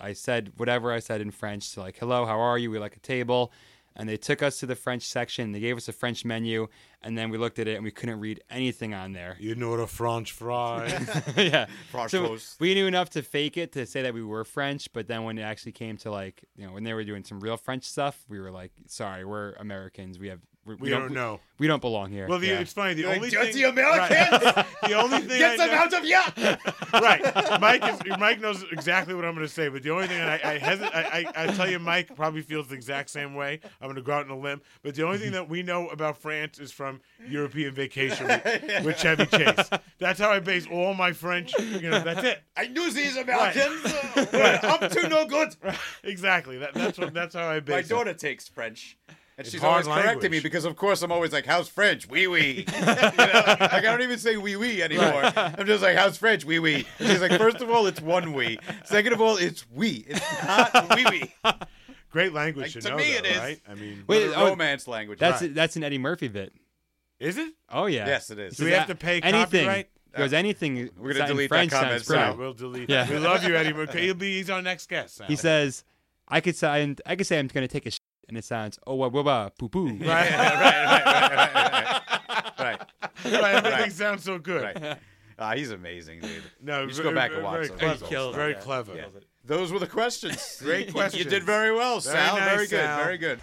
S4: I said whatever I said in French, so like hello, how are you? We like a table, and they took us to the French section. They gave us a French menu, and then we looked at it, and we couldn't read anything on there.
S3: You know the French
S4: <laughs>
S3: fries.
S4: yeah.
S2: French
S4: So
S2: toast.
S4: we knew enough to fake it to say that we were French, but then when it actually came to like, you know, when they were doing some real French stuff, we were like, "Sorry, we're Americans. We have we,
S3: We don't know.
S4: We don't belong here."
S3: Well, the,
S4: Yeah.
S3: it's funny. The
S2: Like,
S3: only
S2: "Dirty
S3: thing,
S2: Americans!
S3: Right. <laughs> the only thing
S2: Get
S3: I
S2: them
S3: know-
S2: out of here.
S3: <laughs> right. Mike is, Mike knows exactly what I'm going to say, but the only thing and I I, hesit- I I I tell you, Mike probably feels the exact same way. I'm going to go out on a limb, but the only thing that we know about France is from European
S2: <laughs>
S3: Vacation with, with Chevy Chase. That's how I base all my French. You know, that's it.
S2: I knew these <laughs> Americans uh, were up to no good.
S3: Exactly. That, that's what. That's how I base.
S2: My
S3: it.
S2: daughter takes French. And she's always
S3: hard
S2: correcting me
S3: language.
S2: because, of course, I'm always like, "How's French? Oui, oui." You know, Like I don't even say "oui, oui" anymore. <laughs> I'm just like, "How's French? Oui, oui." And she's like, first of all, it's one oui. Second of all, it's oui. It's not oui, oui."
S3: Great language
S2: Like,
S3: to,
S2: to
S3: know,
S2: me
S3: though,
S2: it is.
S3: right? I mean,
S4: Wait,
S2: The
S4: oh,
S2: romance language.
S4: that's
S2: right.
S4: that's an Eddie Murphy bit.
S3: is it?
S4: Oh yeah.
S2: Yes, it is.
S4: He
S3: we
S4: says,
S3: have to pay
S4: "Uh, anything.
S3: copyright?" Oh.
S4: Because anything
S2: We're gonna
S4: said in
S2: delete that
S4: French
S2: comment,
S4: sounds
S2: Sal.
S4: pretty.
S3: Right, we'll delete.
S4: Yeah.
S3: We love you, Eddie. Okay, he'll be he's our next guest. Sal.
S4: He says, "I could say I'm- I could say I'm going to take a shit," and it sounds oh wa wa wa poo
S2: <laughs>
S4: poo.
S3: Right,
S2: right.
S3: Right, everything sounds so good.
S2: Right. Ah, he's amazing, dude.
S3: No,
S2: you just go back and watch
S3: very
S2: some of
S3: clever.
S2: those
S4: killed
S2: stuff.
S3: very
S4: it.
S3: clever.
S2: Yeah. Those were the <laughs> questions.
S3: Great
S2: You
S3: questions.
S2: did very well,
S3: Very
S2: Sal.
S3: nice,
S2: very good.
S3: Sal.
S2: Very good.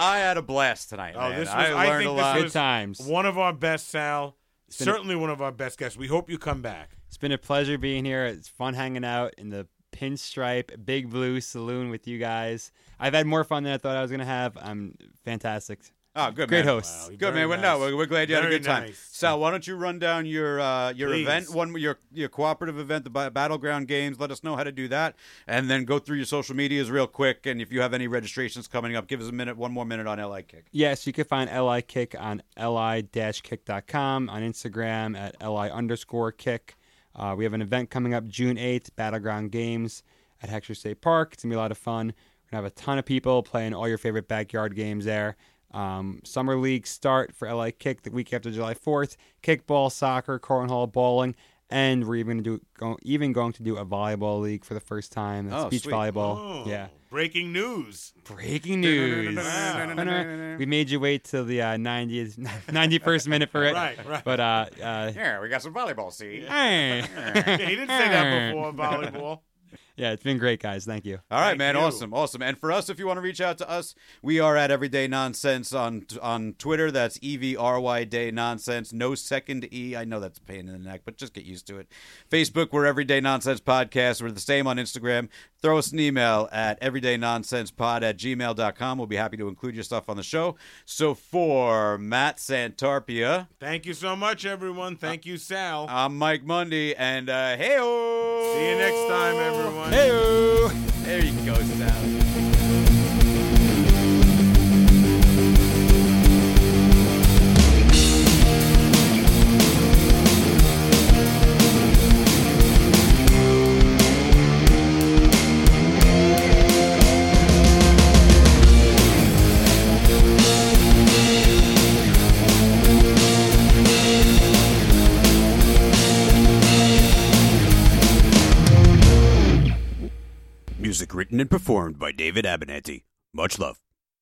S2: I had a blast tonight.
S3: Oh,
S2: man.
S3: this was-
S2: I
S3: I
S2: learned
S3: think
S2: a
S3: this
S2: lot.
S4: Good times.
S3: One of our best, Sal.
S4: been a-
S3: Certainly one of our best guests. We hope you come back.
S4: It's been a pleasure being here. It's fun hanging out in the Pinstripe Big Blue Saloon with you guys. I've had more fun than I thought I was going to have. I'm fantastic.
S2: oh, good.
S4: Great
S2: man.
S4: hosts.
S3: Wow,
S2: Good
S3: Very
S2: man. Well, no,
S3: nice.
S2: we're, we're glad you had a
S3: Very
S2: good time.
S3: nice.
S2: Sal, why don't you run down your uh, your
S3: Please.
S2: event, one your your cooperative event, the Bi- battleground games. Let us know how to do that, and then go through your social medias real quick. And if you have any registrations coming up, give us a minute, one more minute on LA Kick.
S4: Yes, you can find LI Kick on li-kick.com, on Instagram at li underscore kick. Uh, we have an event coming up June 8th, Battleground Games at Hector State Park. It's going to be a lot of fun. We're going to have a ton of people playing all your favorite backyard games there. Um, summer league start for LA Kick the week after July 4th. Kickball, soccer, cornhole, bowling, and we're even going to do go, even going to do a volleyball league for the first time. That's
S2: Oh,
S4: beach
S2: sweet.
S4: volleyball.
S3: Oh,
S4: Yeah.
S3: Breaking
S4: <laughs>
S3: news.
S4: Breaking news. we made you wait till the uh, 90th, <laughs> 91st minute for it.
S3: Right, right.
S4: But uh,
S3: <laughs>
S4: uh,
S5: Yeah, we got some volleyball. See,
S4: hey.
S3: Yeah, <laughs> he didn't say that before, volleyball.
S4: <laughs> yeah, it's been great, guys. Thank you.
S2: All right,
S3: Thank
S2: man.
S3: you.
S2: Awesome, awesome. And for us, if you want to reach out to us, we are at Everyday Nonsense on on Twitter. That's E V R Y Day Nonsense. No second E. I know that's a pain in the neck, but just get used to it. Facebook, we're Everyday Nonsense Podcast. We're the same on Instagram. Throw us an email at everydaynonsensepod at gmail.com. We'll be happy to include your stuff on the show. So for Matt Santarpia,
S3: Thank you so much, everyone. Thank you, Sal.
S2: I'm Mike Mundy, and uh, hey
S3: See you next time, everyone.
S2: There you go, Sal. Music written and performed by David Abenanti. Much love.